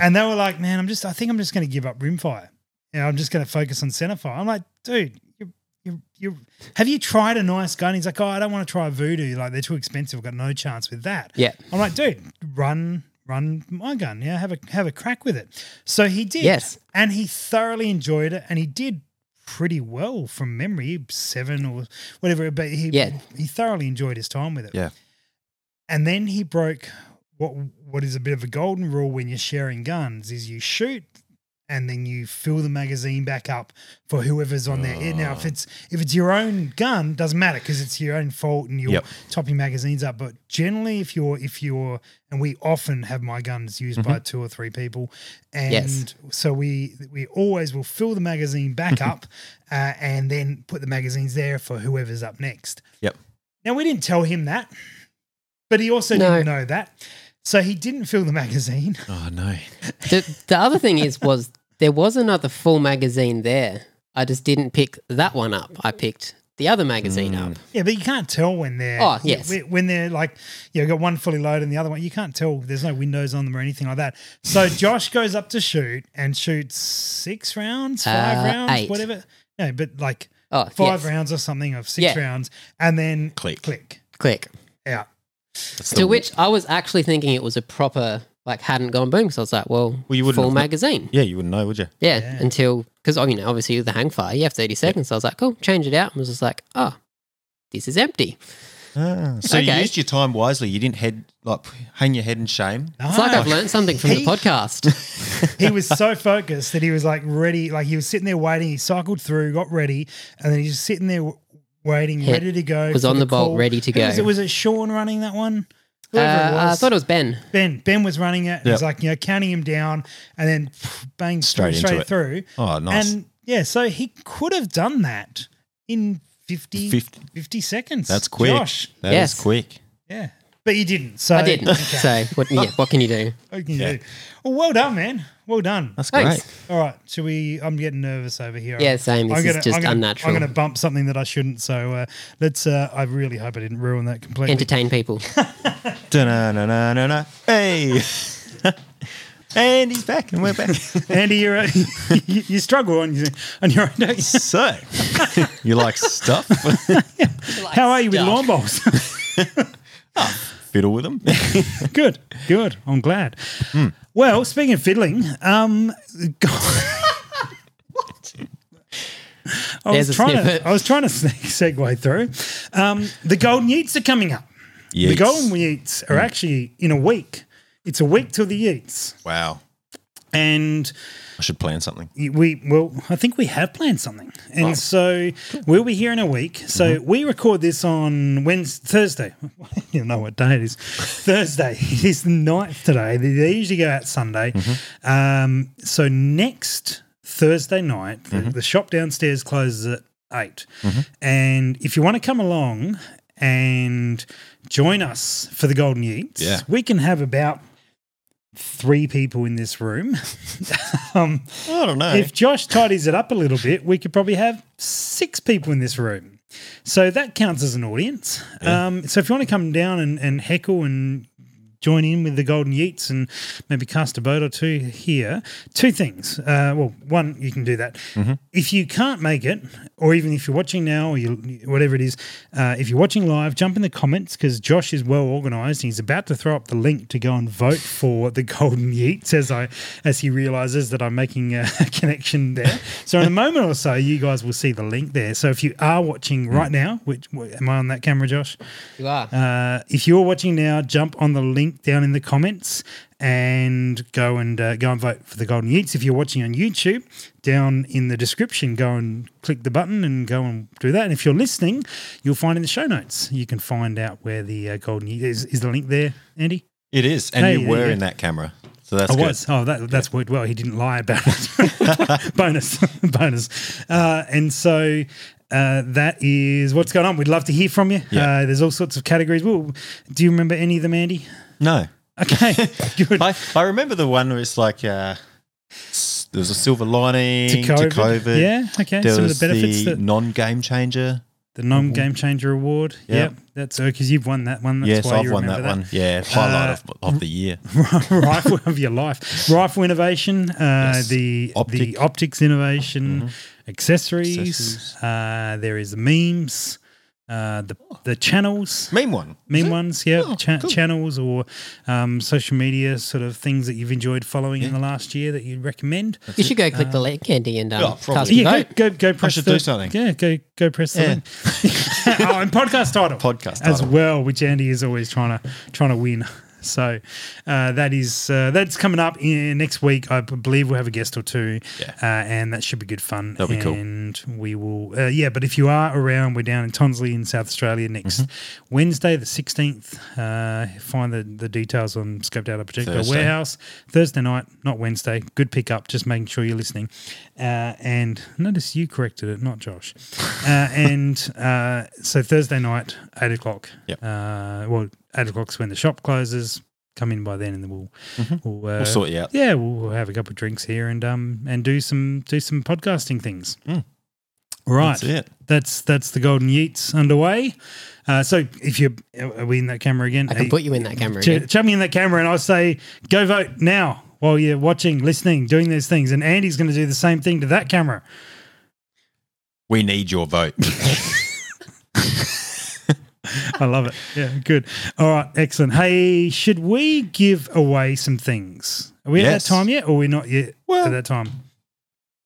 [SPEAKER 2] And they were like, "Man, I'm just. I think I'm just going to give up rimfire. You know, I'm just going to focus on centerfire." I'm like, "Dude, you, you, you, have you tried a nice gun?" He's like, "Oh, I don't want to try a voodoo. Like they're too expensive. I've got no chance with that."
[SPEAKER 4] Yeah.
[SPEAKER 2] I'm like, "Dude, run, run my gun. Yeah, have a have a crack with it." So he did.
[SPEAKER 4] Yes.
[SPEAKER 2] and he thoroughly enjoyed it, and he did pretty well from memory, seven or whatever. But he
[SPEAKER 4] Yeah.
[SPEAKER 2] he thoroughly enjoyed his time with it.
[SPEAKER 3] Yeah.
[SPEAKER 2] And then he broke what what is a bit of a golden rule when you're sharing guns is you shoot and then you fill the magazine back up for whoever's on there. Yeah,
[SPEAKER 3] Ah.
[SPEAKER 2] Now, if it's if it's your own gun, doesn't matter because it's your own fault and you're
[SPEAKER 3] Yep.
[SPEAKER 2] topping magazines up. But generally, if you're if you're and we often have my guns used
[SPEAKER 3] Mm-hmm.
[SPEAKER 2] by two or three people, and
[SPEAKER 4] Yes.
[SPEAKER 2] so we we always will fill the magazine
[SPEAKER 4] *laughs*
[SPEAKER 2] back up uh, and then put the magazines there for whoever's up next.
[SPEAKER 3] Yep.
[SPEAKER 2] Now we didn't tell him that, but he also
[SPEAKER 4] No.
[SPEAKER 2] didn't know that. So he didn't fill the *laughs* magazine.
[SPEAKER 3] Oh no.
[SPEAKER 4] The, the other thing is, was there was another full magazine there. I just didn't pick that one up. I picked the other magazine up.
[SPEAKER 2] Yeah, but you can't tell when they're
[SPEAKER 4] Oh, yes.
[SPEAKER 2] when- when they're like you know, got one fully loaded and the other one you can't tell. There's no windows on them or anything like that.
[SPEAKER 4] *laughs*
[SPEAKER 2] So Josh goes up to shoot and shoots six rounds, five
[SPEAKER 4] Uh,
[SPEAKER 2] rounds,
[SPEAKER 4] eight.
[SPEAKER 2] whatever. No, but like
[SPEAKER 4] Oh,
[SPEAKER 2] five
[SPEAKER 4] yes.
[SPEAKER 2] rounds or something of six
[SPEAKER 4] Yeah.
[SPEAKER 2] rounds, and then
[SPEAKER 3] Click.
[SPEAKER 2] click
[SPEAKER 4] Click.
[SPEAKER 2] out.
[SPEAKER 4] To which I was actually thinking it was a proper, like, hadn't gone boom. So I was like, well,
[SPEAKER 3] Well, you wouldn't
[SPEAKER 4] full
[SPEAKER 3] have kno-
[SPEAKER 4] magazine.
[SPEAKER 3] Yeah, you wouldn't know, would you?
[SPEAKER 4] Yeah, until because you know obviously with the hang fire you have thirty seconds. So I was like, cool, change it out. And was just like, oh, this is empty.
[SPEAKER 3] So you
[SPEAKER 4] Okay.
[SPEAKER 3] used your time wisely. You didn't head like hang your head in shame.
[SPEAKER 4] It's like
[SPEAKER 2] No.
[SPEAKER 4] I've learned something from the
[SPEAKER 2] He-
[SPEAKER 4] podcast.
[SPEAKER 2] he was so focused that he was like ready, like he was sitting there waiting. He cycled through, got ready, and then he's just sitting there w- waiting,
[SPEAKER 4] Yeah.
[SPEAKER 2] ready to go.
[SPEAKER 4] Was
[SPEAKER 2] for
[SPEAKER 4] on the bolt,
[SPEAKER 2] call.
[SPEAKER 4] ready to
[SPEAKER 2] Who Was
[SPEAKER 4] go.
[SPEAKER 2] it was it Sean running that one?
[SPEAKER 4] Uh,
[SPEAKER 2] Whoever
[SPEAKER 4] I thought it was Ben.
[SPEAKER 2] Ben. Ben was running it. and He's
[SPEAKER 3] Yep.
[SPEAKER 2] like you know counting him down, and then pff, bang straight
[SPEAKER 3] Straight into
[SPEAKER 2] straight
[SPEAKER 3] it.
[SPEAKER 2] through.
[SPEAKER 3] Oh, nice.
[SPEAKER 2] And yeah, so he could have done that in 50, 50.
[SPEAKER 3] 50.
[SPEAKER 2] seconds.
[SPEAKER 3] That's quick.
[SPEAKER 2] Josh.
[SPEAKER 3] That is
[SPEAKER 4] Yes.
[SPEAKER 3] quick.
[SPEAKER 2] Yeah. But you didn't. So
[SPEAKER 4] I didn't. So what, yeah, what can you do?
[SPEAKER 2] What can you
[SPEAKER 3] Yeah.
[SPEAKER 2] do? Well, well done, man. Well done.
[SPEAKER 3] That's
[SPEAKER 4] Thanks.
[SPEAKER 3] great.
[SPEAKER 2] All right, should we? I'm getting nervous over here.
[SPEAKER 4] Yeah, same. This
[SPEAKER 2] I'm
[SPEAKER 4] is
[SPEAKER 2] gonna,
[SPEAKER 4] just
[SPEAKER 2] I'm gonna,
[SPEAKER 4] unnatural.
[SPEAKER 2] I'm going to bump something that I shouldn't. So uh, let's. Uh, I really hope I didn't ruin that completely.
[SPEAKER 4] Entertain people.
[SPEAKER 3] Da-na-na-na-na-na. Hey. *laughs* and he's back, and we're *laughs* back.
[SPEAKER 2] Andy, you're a, *laughs* you, you struggle on your on your own. don't you?
[SPEAKER 3] so, *laughs* you like stuff? *laughs*
[SPEAKER 2] How are you with
[SPEAKER 4] Duh.
[SPEAKER 2] lawn bowls? *laughs*
[SPEAKER 3] Fiddle with them.
[SPEAKER 2] good, good. I'm glad. Well, speaking of fiddling, um, *laughs* I was
[SPEAKER 4] There's a
[SPEAKER 2] trying
[SPEAKER 4] snippet.
[SPEAKER 2] to I was trying to sneak segue through. Um, the golden yeats are coming up. The
[SPEAKER 3] Yeats.
[SPEAKER 2] golden yeats are actually in a week. It's a week till the yeats,
[SPEAKER 3] Wow.
[SPEAKER 2] and
[SPEAKER 3] I should plan something.
[SPEAKER 2] we well i think we have planned something and so we'll be here in a week so we record this on wednesday thursday *laughs* you know what day it is thursday *laughs* it is the ninth today they, they usually go out sunday um, so next thursday night the, the shop downstairs closes at 8 and if you want to come along and join us for the golden yeats
[SPEAKER 3] Yeah.
[SPEAKER 2] we can have about three people in this room um,
[SPEAKER 3] I don't know.
[SPEAKER 2] if Josh tidies it up a little bit, we could probably have six people in this room. So that counts as an audience. Um, so if you want to come down and, and heckle and join in with the Golden Yeats and maybe cast a vote or two here, two things. Uh, well, one, you can do that. If you can't make it, or even if you're watching now or you, whatever it is, uh, if you're watching live, jump in the comments because Josh is well organised and he's about to throw up the link to go and vote for the Golden Yeats as I as he realises that I'm making a *laughs* connection there. So in a moment or so, you guys will see the link there. So if you are watching right now, which am I on that camera, Josh?
[SPEAKER 4] You are.
[SPEAKER 2] Uh, if you're watching now, jump on the link down in the comments and go and uh, go and vote for the Golden Yeats. If you're watching on YouTube, down in the description, go and click the button and go and do that. And if you're listening, you'll find in the show notes you can find out where the uh, Golden Yeats is. Is the link there, Andy?
[SPEAKER 3] It is, and
[SPEAKER 2] Hey,
[SPEAKER 3] you were
[SPEAKER 2] yeah.
[SPEAKER 3] in that camera, so that's
[SPEAKER 2] I
[SPEAKER 3] good.
[SPEAKER 2] was. Oh, that, that's worked well. He didn't lie about it. *laughs* bonus, bonus. Uh, and so uh, that is what's going on. We'd love to hear from you.
[SPEAKER 3] Yeah.
[SPEAKER 2] Uh, there's all sorts of categories. Well, do you remember any of them, Andy?
[SPEAKER 3] No, *laughs*
[SPEAKER 2] Okay, good.
[SPEAKER 3] I, I remember the one where it's like uh, s- there was a silver lining to COVID.
[SPEAKER 2] Yeah, okay.
[SPEAKER 3] There
[SPEAKER 2] Some of
[SPEAKER 3] was Mhm.
[SPEAKER 2] the benefits that
[SPEAKER 3] non-game changer.
[SPEAKER 2] the non game changer award.
[SPEAKER 3] Yeah.
[SPEAKER 2] Yep. That's because you've won that one. That's
[SPEAKER 3] yes,
[SPEAKER 2] why
[SPEAKER 3] I've
[SPEAKER 2] you
[SPEAKER 3] won that,
[SPEAKER 2] remember
[SPEAKER 3] one. Yeah, highlight of, of the *laughs* year.
[SPEAKER 2] *laughs* rifle of your life. Rifle innovation, uh,
[SPEAKER 3] Yes.
[SPEAKER 2] the the
[SPEAKER 3] Optic. Mm-hmm.
[SPEAKER 2] optics innovation, accessories.
[SPEAKER 3] Accessories.
[SPEAKER 2] Uh, there is the memes, uh, the the channels.
[SPEAKER 3] Meme one.
[SPEAKER 2] Meme ones, yeah,
[SPEAKER 3] Oh,
[SPEAKER 2] cha-
[SPEAKER 3] cool.
[SPEAKER 2] channels or um, social media sort of things that you've enjoyed following in the last year that you'd recommend.
[SPEAKER 4] You should go click the link, Andy, and um,
[SPEAKER 3] Yeah, probably.
[SPEAKER 4] cast your
[SPEAKER 2] Yeah,
[SPEAKER 4] vote.
[SPEAKER 2] go, go, go press
[SPEAKER 3] should
[SPEAKER 2] the-
[SPEAKER 3] do something.
[SPEAKER 2] Yeah, go go press the
[SPEAKER 3] Yeah.
[SPEAKER 2] link. *laughs* oh, and podcast title.
[SPEAKER 3] Podcast
[SPEAKER 2] as
[SPEAKER 3] title.
[SPEAKER 2] well, which Andy is always trying to trying to win. *laughs* So uh, that is uh, that's coming up in next week. I b- believe we'll have a guest or two,
[SPEAKER 3] Yeah.
[SPEAKER 2] uh, and that should be good fun.
[SPEAKER 3] That'll be cool.
[SPEAKER 2] And we will, uh, yeah. But if you are around, we're down in Tonsley in South Australia next
[SPEAKER 3] Mm-hmm.
[SPEAKER 2] Wednesday, the sixteenth. Uh, find the, the details on Scoped Out Projecto
[SPEAKER 3] Thursday.
[SPEAKER 2] Warehouse Thursday night, not Wednesday. Good pickup. Just making sure you're listening. Uh, and notice you corrected it, not
[SPEAKER 3] *laughs*
[SPEAKER 2] Josh. Uh, and uh, so Thursday night, eight o'clock.
[SPEAKER 3] Yep.
[SPEAKER 2] Uh, well, eight o'clock's when the shop closes. Come in by then, and then we'll we'll, uh,
[SPEAKER 3] Mm-hmm. We'll sort you out.
[SPEAKER 2] yeah, we'll, we'll have a couple of drinks here and um and do some do some podcasting things.
[SPEAKER 3] Mm.
[SPEAKER 2] All right,
[SPEAKER 3] That's it.
[SPEAKER 2] that's that's the Golden Yeats underway. Uh, so if you are are we in that camera again,
[SPEAKER 4] I can
[SPEAKER 2] Hey,
[SPEAKER 4] put you in that camera
[SPEAKER 2] ch-
[SPEAKER 4] again.
[SPEAKER 2] chuck me in that camera, and I'll say go vote now while you're watching, listening, doing these things. And Andy's going to do the same thing to that camera.
[SPEAKER 3] We need
[SPEAKER 2] *laughs*
[SPEAKER 3] your vote.
[SPEAKER 2] I love it. Yeah, good. All right, excellent. Hey, should we give away some things? Are we
[SPEAKER 3] Yes.
[SPEAKER 2] at that time yet, or we're not yet
[SPEAKER 3] Well-
[SPEAKER 2] at that time?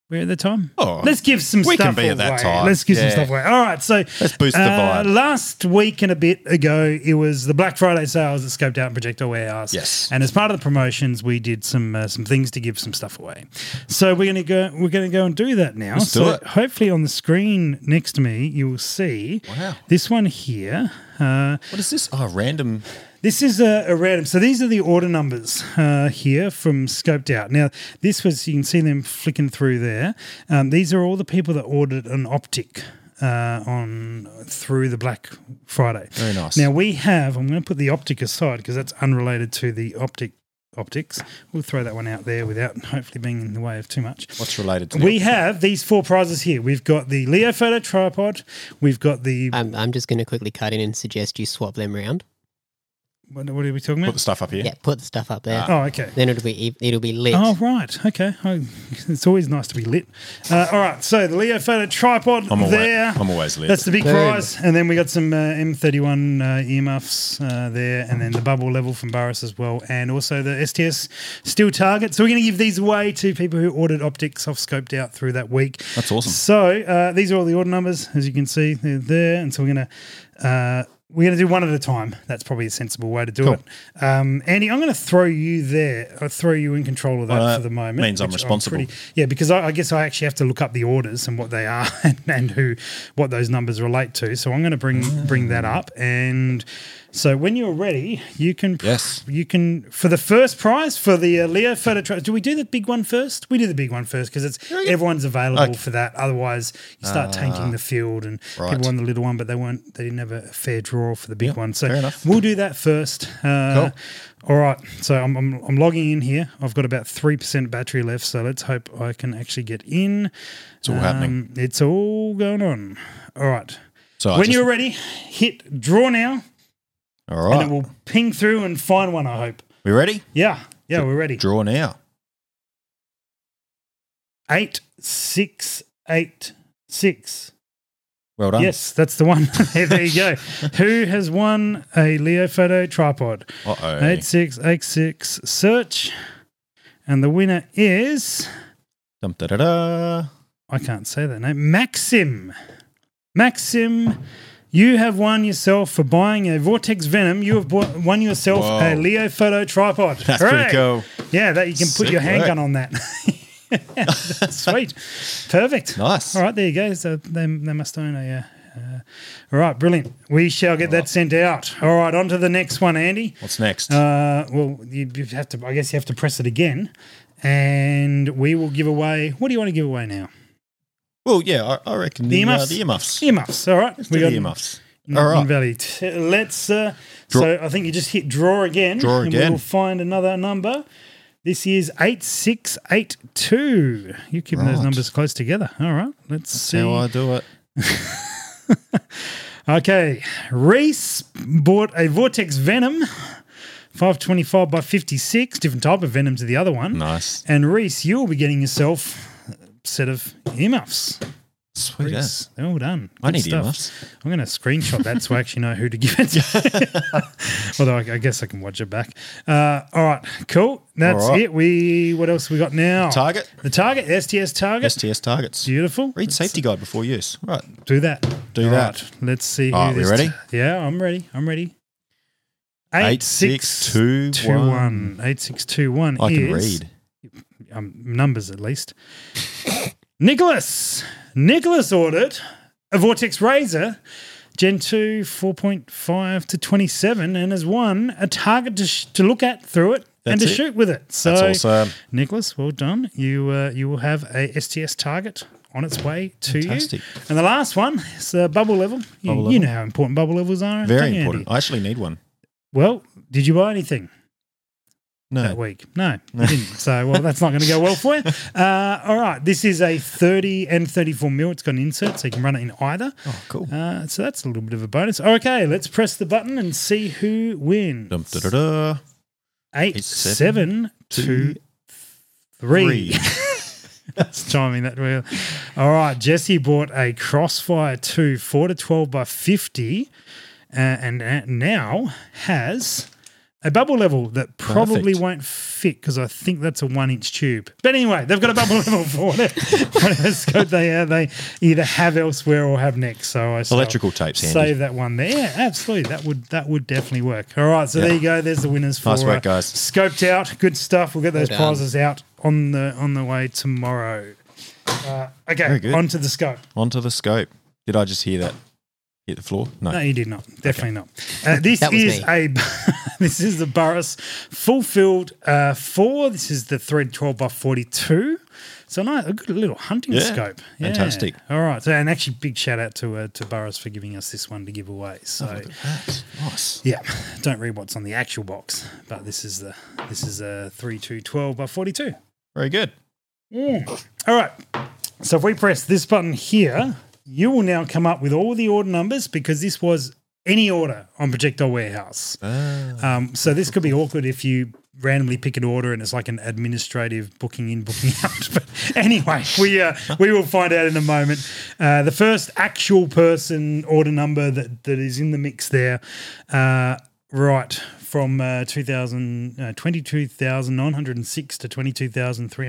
[SPEAKER 2] We're at that time.
[SPEAKER 3] Oh,
[SPEAKER 2] Let's give some
[SPEAKER 3] We can
[SPEAKER 2] stuff
[SPEAKER 3] be at that
[SPEAKER 2] away.
[SPEAKER 3] time.
[SPEAKER 2] Let's give some
[SPEAKER 3] Yeah.
[SPEAKER 2] stuff away. All right, so
[SPEAKER 3] Let's boost the
[SPEAKER 2] uh,
[SPEAKER 3] vibe.
[SPEAKER 2] Last week and a bit ago, it was the Black Friday sales at Scoped Out and Projector Warehouse.
[SPEAKER 3] Yes.
[SPEAKER 2] And as part of the promotions, we did some uh, some things to give some stuff away. So we're gonna go we're gonna go and do that now.
[SPEAKER 3] Let's do
[SPEAKER 2] so
[SPEAKER 3] it.
[SPEAKER 2] hopefully on the screen next to me, you will see
[SPEAKER 3] Wow.
[SPEAKER 2] this one here. Uh,
[SPEAKER 3] What is this? Oh, random.
[SPEAKER 2] this is a, a random. So these are the order numbers uh, here from Scoped Out. Now, this was, you can see them flicking through there. Um, these are all the people that ordered an optic uh, on through the Black Friday.
[SPEAKER 3] Very nice.
[SPEAKER 2] Now, we have, I'm going to put the optic aside because that's unrelated to the optic optics. We'll throw that one out there without hopefully being in the way of too much.
[SPEAKER 3] What's related to
[SPEAKER 2] We
[SPEAKER 3] the-
[SPEAKER 2] have these four prizes here. We've got the Leo photo tripod. We've got the.
[SPEAKER 3] Uh,
[SPEAKER 4] I'm, I'm just going to quickly cut in and suggest you swap them around.
[SPEAKER 2] what, what are we talking
[SPEAKER 3] Put the
[SPEAKER 2] about?
[SPEAKER 3] stuff up here.
[SPEAKER 4] Yeah, put the stuff up there.
[SPEAKER 2] Oh, okay.
[SPEAKER 4] Then it'll be ev- it'll be lit.
[SPEAKER 2] Oh right, okay. I, *laughs* it's always nice to be lit. Uh, all right, so the Leo photo tripod
[SPEAKER 3] I'm always,
[SPEAKER 2] there.
[SPEAKER 3] I'm always lit.
[SPEAKER 2] That's the big
[SPEAKER 4] Boom.
[SPEAKER 2] prize, and then we got some uh, M31 uh, earmuffs uh, there, and then the bubble level from Barris as well, and also the STS steel target. So we're going to give these away to people who ordered optics off scoped out through that week.
[SPEAKER 3] That's awesome.
[SPEAKER 2] So uh, these are all the order numbers, as you can see, they're there, and so we're going to. Uh, we're going to do one at a time. That's probably a sensible way to do it. Um, Andy, I'm going to throw you there. I'll throw you in control of that
[SPEAKER 3] Well, that
[SPEAKER 2] for the moment.
[SPEAKER 3] means I'm
[SPEAKER 2] which
[SPEAKER 3] responsible.
[SPEAKER 2] yeah, because I, I guess I actually have to look up the orders and what they are *laughs* and, and who what those numbers relate to. So I'm going to bring bring that up. And so when you're ready, you can pr-
[SPEAKER 3] Yes.
[SPEAKER 2] you can for the first prize for the uh, Leo photo. Tri- do we do the big one first? We do the big one first because it's everyone's available
[SPEAKER 3] Okay. Ah.
[SPEAKER 2] for that. Otherwise, you start tainting the field and
[SPEAKER 3] right.
[SPEAKER 2] people won the little one, but they weren't. They didn't have a fair draw for the big one. So
[SPEAKER 3] fair enough.
[SPEAKER 2] we'll do that first. Uh, All right. So I'm, I'm, I'm logging in here. I've got about 3% battery left. So let's hope I can actually get in. It's
[SPEAKER 3] all happening.
[SPEAKER 2] It's all going on. All right.
[SPEAKER 3] so I
[SPEAKER 2] when
[SPEAKER 3] just-
[SPEAKER 2] you're ready, hit draw now
[SPEAKER 3] all
[SPEAKER 2] and
[SPEAKER 3] right,
[SPEAKER 2] it will ping through and find one, I hope.
[SPEAKER 3] we ready?
[SPEAKER 2] Yeah. Yeah, we're ready.
[SPEAKER 3] Draw now.
[SPEAKER 2] Eight, six, eight, six.
[SPEAKER 3] Well done.
[SPEAKER 2] Yes, that's the one. *laughs* there you go. Who has won a Leo photo tripod?
[SPEAKER 3] Uh oh.
[SPEAKER 2] Eight six eight six search, and the winner is
[SPEAKER 3] Dum da da da.
[SPEAKER 2] I can't say that name. Maxim, Maxim, you have won yourself for buying a Vortex Venom. You have bought, won yourself
[SPEAKER 3] Whoa.
[SPEAKER 2] a Leo photo tripod.
[SPEAKER 3] That's
[SPEAKER 2] Hooray!
[SPEAKER 3] pretty cool.
[SPEAKER 2] Yeah, that you can put
[SPEAKER 3] Sick
[SPEAKER 2] your handgun
[SPEAKER 3] work.
[SPEAKER 2] on that. *laughs* Sweet, perfect.
[SPEAKER 3] Nice.
[SPEAKER 2] All right, there you go. So they, they must own a. Uh, uh, all right, brilliant. We shall get that sent out. All right, on to the next one, Andy.
[SPEAKER 3] What's next?
[SPEAKER 2] Uh, well, you, you have to. I guess you have to press it again, and we will give away. What do you want to give away now?
[SPEAKER 3] well, yeah, I, I reckon the,
[SPEAKER 2] earmuffs?
[SPEAKER 3] Uh, the earmuffs.
[SPEAKER 2] Earmuffs. E All right,
[SPEAKER 3] Let's do the earmuffs. All right.
[SPEAKER 2] Valley. Let's. Uh,
[SPEAKER 3] Draw-
[SPEAKER 2] So I think you just hit draw again.
[SPEAKER 3] Draw
[SPEAKER 2] and
[SPEAKER 3] again.
[SPEAKER 2] We'll find another number. This is eight six eight two. You're keeping those
[SPEAKER 3] Right.
[SPEAKER 2] numbers close together. All right. Let's see.
[SPEAKER 3] How I do it.
[SPEAKER 2] Okay, Reese bought a Vortex Venom, five twenty five by fifty six, different type of Venom to the other one.
[SPEAKER 3] Nice.
[SPEAKER 2] And Reese, you will be getting yourself a set of earmuffs.
[SPEAKER 3] Sweet as.
[SPEAKER 2] Reese, they're all done.
[SPEAKER 3] I
[SPEAKER 2] Good
[SPEAKER 3] need
[SPEAKER 2] stuff.
[SPEAKER 3] earmuffs.
[SPEAKER 2] I'm going to screenshot that so I actually know who to give it to.
[SPEAKER 3] *laughs*
[SPEAKER 2] Although I, I guess I can watch it back. Uh, all right, cool. That's
[SPEAKER 3] All right.
[SPEAKER 2] it. We what else we got now?
[SPEAKER 3] Target.
[SPEAKER 2] The target. STS target.
[SPEAKER 3] STS targets.
[SPEAKER 2] Beautiful.
[SPEAKER 3] Read safety guide before use. Right.
[SPEAKER 2] Do that.
[SPEAKER 3] Do that.
[SPEAKER 2] Let's see.
[SPEAKER 3] All right, we
[SPEAKER 2] this
[SPEAKER 3] ready?
[SPEAKER 2] yeah, I'm ready. I'm ready.
[SPEAKER 3] Eight, six, two,
[SPEAKER 2] two one. Eight six two one.
[SPEAKER 3] I can
[SPEAKER 2] is-
[SPEAKER 3] read.
[SPEAKER 2] um, numbers at least. Nicholas, Nicholas ordered a Vortex Razor Gen 2 4.5 to 27 and has won a target to, sh- to look at through it and
[SPEAKER 3] That's
[SPEAKER 2] to
[SPEAKER 3] it.
[SPEAKER 2] shoot with it. So,
[SPEAKER 3] That's awesome.
[SPEAKER 2] Nicholas, well done. You uh, you will have a STS target on its way to
[SPEAKER 3] Fantastic.
[SPEAKER 2] you. And the last one is the bubble level. You,
[SPEAKER 3] Bubble
[SPEAKER 2] you
[SPEAKER 3] level.
[SPEAKER 2] know how important bubble levels are. don't
[SPEAKER 3] Very
[SPEAKER 2] you, Andy?
[SPEAKER 3] important. I actually need one.
[SPEAKER 2] Well, did you buy anything? that
[SPEAKER 3] No.
[SPEAKER 2] week. No, you didn't. So, well, that's not going to go well for you. Uh, all right. This is a 30 and 34 mil. It's got an insert, so you can run it in either.
[SPEAKER 3] Oh, cool.
[SPEAKER 2] Uh, so that's a little bit of a bonus. Okay, let's press the button and see who wins.
[SPEAKER 3] Dum, da, da, da.
[SPEAKER 2] Eight,
[SPEAKER 3] Eight,
[SPEAKER 2] seven,
[SPEAKER 3] seven,
[SPEAKER 2] two,
[SPEAKER 3] two,
[SPEAKER 2] three. That's timing that well. All right, Jesse bought a Crossfire 2 4 to 12 by 50 uh, and uh, now has a bubble level that probably
[SPEAKER 3] Perfect.
[SPEAKER 2] won't fit because I think that's a one inch tube. But anyway, they've got a bubble *laughs* level for whatever, whatever scope they, uh, they either have elsewhere or have next. So I shall
[SPEAKER 3] Electrical tapes, Andy.
[SPEAKER 2] Save that one there. Yeah, absolutely. That would that would definitely work. All right, so there you go. There's the winners for
[SPEAKER 3] Nice work,
[SPEAKER 2] uh,
[SPEAKER 3] guys.
[SPEAKER 2] Scoped out. Good stuff. We'll get those
[SPEAKER 4] done.
[SPEAKER 2] prizes out on the on the way tomorrow. Uh,
[SPEAKER 3] Very
[SPEAKER 2] okay,
[SPEAKER 3] good.
[SPEAKER 2] onto the scope.
[SPEAKER 3] Onto the scope. Did I just hear that? Hit the floor? No.
[SPEAKER 2] No, you did not. Definitely not. Uh, this
[SPEAKER 4] *laughs* That was
[SPEAKER 2] is
[SPEAKER 4] me.
[SPEAKER 2] a *laughs* this is the Burris Fulfilled uh, Four. This is the thread twelve by forty two. So nice, a good little hunting
[SPEAKER 3] Yeah,
[SPEAKER 2] scope. Yeah.
[SPEAKER 3] fantastic.
[SPEAKER 2] All right, so and actually, big shout out to uh, to Burris for giving us this one to give away. So.
[SPEAKER 3] Nice.
[SPEAKER 2] Yeah, *laughs* don't read what's on the actual box, but this is the this is a three two twelve by forty two.
[SPEAKER 3] Very good.
[SPEAKER 2] All right. So if we press this button here, you will now come up with all the order numbers because this was any order on Projectile Warehouse. Um, so this could be awkward if you randomly pick an order and it's like an administrative booking in, booking *laughs* out. But anyway, we uh, we will find out in a moment. Uh, the first actual person order number that that is in the mix there, uh, right from uh, 2000, uh, 22,906 to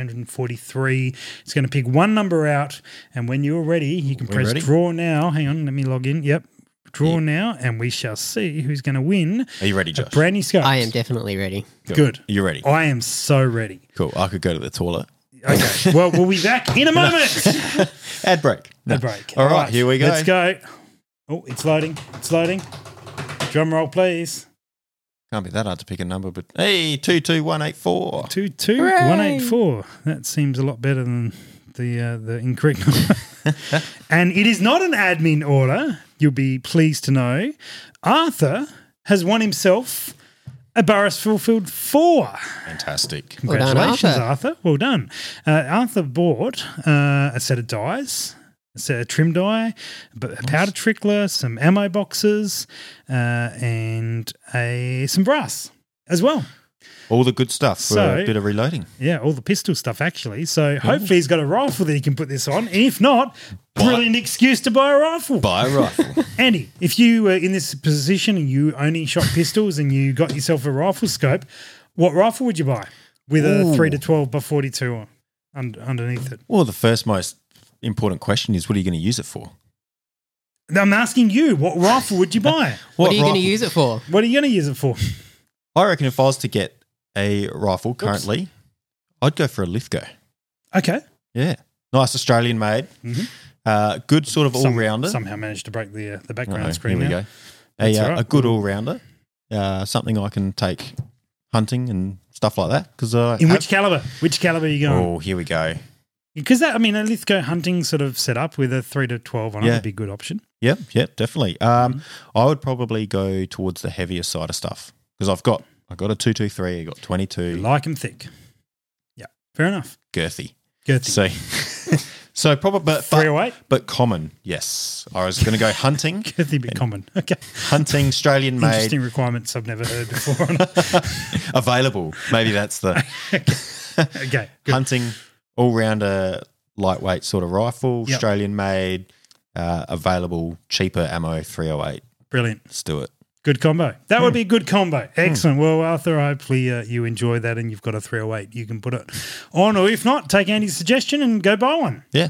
[SPEAKER 2] 22,343. It's going to pick one number out, and when you're ready, you can
[SPEAKER 3] We're
[SPEAKER 2] press
[SPEAKER 3] ready?
[SPEAKER 2] draw now. Hang on, let me log in. Yep. Draw now, and we shall see who's going to win.
[SPEAKER 3] Are you ready, Josh?
[SPEAKER 2] Brand new scope.
[SPEAKER 4] I am definitely ready.
[SPEAKER 2] good. Oh.
[SPEAKER 3] You ready?
[SPEAKER 2] I am so ready.
[SPEAKER 3] Cool. I could go to the toilet.
[SPEAKER 2] Okay. well, we'll be back in a
[SPEAKER 3] *laughs*
[SPEAKER 2] moment.
[SPEAKER 3] Ad break. No.
[SPEAKER 2] A break.
[SPEAKER 3] All right, here we go.
[SPEAKER 2] Let's go. Oh, it's loading. It's loading. Drum roll, please.
[SPEAKER 3] Can't be that hard to pick a number, but hey, 22184.
[SPEAKER 2] Two two one eight four. That seems a lot better than the uh, the incorrect number.
[SPEAKER 3] *laughs*
[SPEAKER 2] and it is not an admin order. You'll be pleased to know, Arthur has won himself a Burris Fulfilled four.
[SPEAKER 3] Fantastic.
[SPEAKER 4] Well done,
[SPEAKER 2] Congratulations,
[SPEAKER 4] Arthur.
[SPEAKER 2] Arthur. Well done. Uh, Arthur bought uh, a set of dies, a set of trim die, but a powder trickler, some ammo boxes, uh, and a some brass as well.
[SPEAKER 3] All the good stuff for
[SPEAKER 2] So-
[SPEAKER 3] a bit of reloading.
[SPEAKER 2] Yeah, all the pistol stuff actually. So hopefully he's got a rifle that he can put this on. If not, brilliant excuse to buy a rifle.
[SPEAKER 3] Buy a rifle.
[SPEAKER 2] Andy, if you were in this position and you only shot pistols and you got yourself a rifle scope, what rifle would you buy with a
[SPEAKER 3] Ooh.
[SPEAKER 2] three to twelve by forty two on un- underneath it?
[SPEAKER 3] well, the first most important question is what are you going to use it for?
[SPEAKER 2] I'm asking you, what rifle
[SPEAKER 3] *laughs*
[SPEAKER 2] would you buy?
[SPEAKER 4] What, are you going to
[SPEAKER 3] rifle?
[SPEAKER 4] use it for?
[SPEAKER 2] What are you going to use it for?
[SPEAKER 3] I reckon if I was to get a rifle currently, I'd go for a Lithgo.
[SPEAKER 2] Okay,
[SPEAKER 3] Yeah. Nice Australian made.
[SPEAKER 2] Mhm.
[SPEAKER 3] Uh, good sort of all
[SPEAKER 2] Some-
[SPEAKER 3] rounder.
[SPEAKER 2] Somehow managed to break the uh, the background
[SPEAKER 3] Uh-oh,
[SPEAKER 2] screen.
[SPEAKER 3] Here
[SPEAKER 2] now.
[SPEAKER 3] we go.
[SPEAKER 2] That's
[SPEAKER 3] A, uh,
[SPEAKER 2] all right.
[SPEAKER 3] a good all rounder. Uh, something I can take hunting and stuff like that. Because uh,
[SPEAKER 2] In which caliber? Which caliber are you going?
[SPEAKER 3] oh, here we go.
[SPEAKER 2] Because that, I mean, a Lithgow hunting sort of setup with a three to twelve on it
[SPEAKER 3] Yeah.
[SPEAKER 2] would be a good option.
[SPEAKER 3] Yep, yep, definitely. Um,
[SPEAKER 2] Mm-hmm.
[SPEAKER 3] I would probably go towards the heavier side of stuff because I've got I got a two two three, I got twenty two
[SPEAKER 2] Like 'em thick. Yeah, fair enough.
[SPEAKER 3] girthy.
[SPEAKER 2] Girthy.
[SPEAKER 3] So, *laughs* so probably but,
[SPEAKER 2] three
[SPEAKER 3] but
[SPEAKER 2] oh eight.
[SPEAKER 3] but common. Yes, I was going to go hunting,
[SPEAKER 2] Girthy a bit common. *laughs* Okay,
[SPEAKER 3] hunting Australian
[SPEAKER 2] *laughs*
[SPEAKER 3] made,
[SPEAKER 2] interesting requirements I've never heard before. *laughs*
[SPEAKER 3] available. Maybe that's the
[SPEAKER 2] okay, good.
[SPEAKER 3] hunting all rounder lightweight sort of rifle,
[SPEAKER 2] Yep.
[SPEAKER 3] Australian made, uh, available cheaper ammo three oh eight.
[SPEAKER 2] brilliant.
[SPEAKER 3] Let's do it.
[SPEAKER 2] Good combo. That would be a good combo. Excellent. Well, Arthur, hopefully uh, you enjoy that and you've got a 308. You can put it on, or if not, take Andy's suggestion and go buy one.
[SPEAKER 3] Yeah,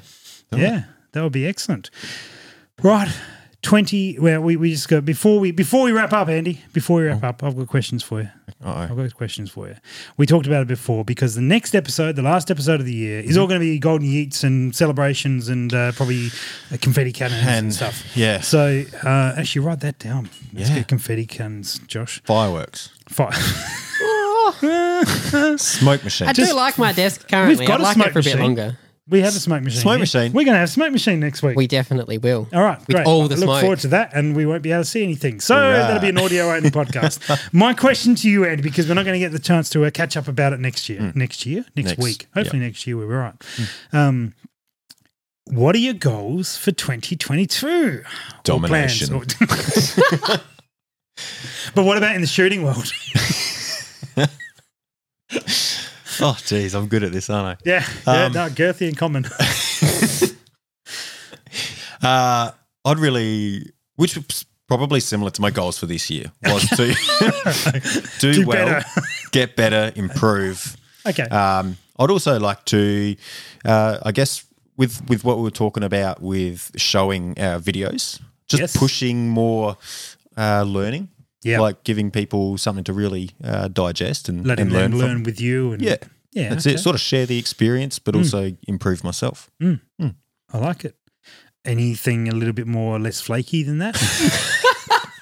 [SPEAKER 2] yeah, that would be excellent. Right. twenty. Well, we, we just go before we before we wrap up, Andy. Before we wrap up, I've got questions for you.
[SPEAKER 3] Oh. Uh-oh.
[SPEAKER 2] I've got questions for you. We talked about it before because the next episode, the last episode of the year, is
[SPEAKER 3] Mm-hmm.
[SPEAKER 2] all going to be golden yeets and celebrations and uh, probably uh, confetti cannons and,
[SPEAKER 3] And-
[SPEAKER 2] stuff.
[SPEAKER 3] yeah.
[SPEAKER 2] So uh, actually, write that down. Let's
[SPEAKER 3] Yeah.
[SPEAKER 2] get confetti cannons, Josh.
[SPEAKER 3] Fireworks,
[SPEAKER 2] *laughs* Fire.
[SPEAKER 3] smoke machine.
[SPEAKER 4] I do like my desk currently.
[SPEAKER 2] got
[SPEAKER 4] I'd
[SPEAKER 2] a
[SPEAKER 4] like
[SPEAKER 2] smoke
[SPEAKER 4] it for a bit
[SPEAKER 2] machine.
[SPEAKER 4] longer.
[SPEAKER 2] we have a smoke machine.
[SPEAKER 3] Smoke
[SPEAKER 2] here.
[SPEAKER 3] machine.
[SPEAKER 2] We're going to have a smoke machine next week.
[SPEAKER 4] We definitely will.
[SPEAKER 2] All right,
[SPEAKER 4] With
[SPEAKER 2] great.
[SPEAKER 4] all the
[SPEAKER 2] I look
[SPEAKER 4] smoke.
[SPEAKER 2] forward to that, and we won't be able to see anything. So
[SPEAKER 3] Right.
[SPEAKER 2] that'll be an audio only
[SPEAKER 3] *laughs*
[SPEAKER 2] podcast. My question to you, Ed, because we're not going to get the chance to uh, catch up about it next year, next year, next,
[SPEAKER 3] Mm. Next, Mm.
[SPEAKER 2] week. Hopefully next year we're all right. Um, what are your goals for 2022? Or plans,
[SPEAKER 3] Domination.
[SPEAKER 2] or- *laughs* but what about in the shooting world? *laughs*
[SPEAKER 3] oh, geez, I'm good at this, aren't
[SPEAKER 2] yeah, yeah,
[SPEAKER 3] Um,
[SPEAKER 2] no, girthy and
[SPEAKER 3] *laughs*
[SPEAKER 2] common.
[SPEAKER 3] I? Uh, I'd really, which was probably similar to my goals for this year, was
[SPEAKER 2] *laughs*
[SPEAKER 3] to *laughs* do,
[SPEAKER 2] Do
[SPEAKER 3] well,
[SPEAKER 2] better.
[SPEAKER 3] get better, improve.
[SPEAKER 2] okay,
[SPEAKER 3] Um, I'd also like to, uh, I guess, with with what we were talking about with showing our videos, just
[SPEAKER 2] Yes.
[SPEAKER 3] pushing more uh, learning,
[SPEAKER 2] yeah,
[SPEAKER 3] like giving people something to really uh, digest and,
[SPEAKER 2] letting
[SPEAKER 3] and
[SPEAKER 2] them
[SPEAKER 3] learn
[SPEAKER 2] learn,
[SPEAKER 3] from.
[SPEAKER 2] with you. And,
[SPEAKER 3] Yeah,
[SPEAKER 2] yeah,
[SPEAKER 3] that's it.
[SPEAKER 2] okay. Mm.
[SPEAKER 3] Sort of share the experience, but also improve myself.
[SPEAKER 2] I like it. Anything a little bit more or less flaky than that? *laughs*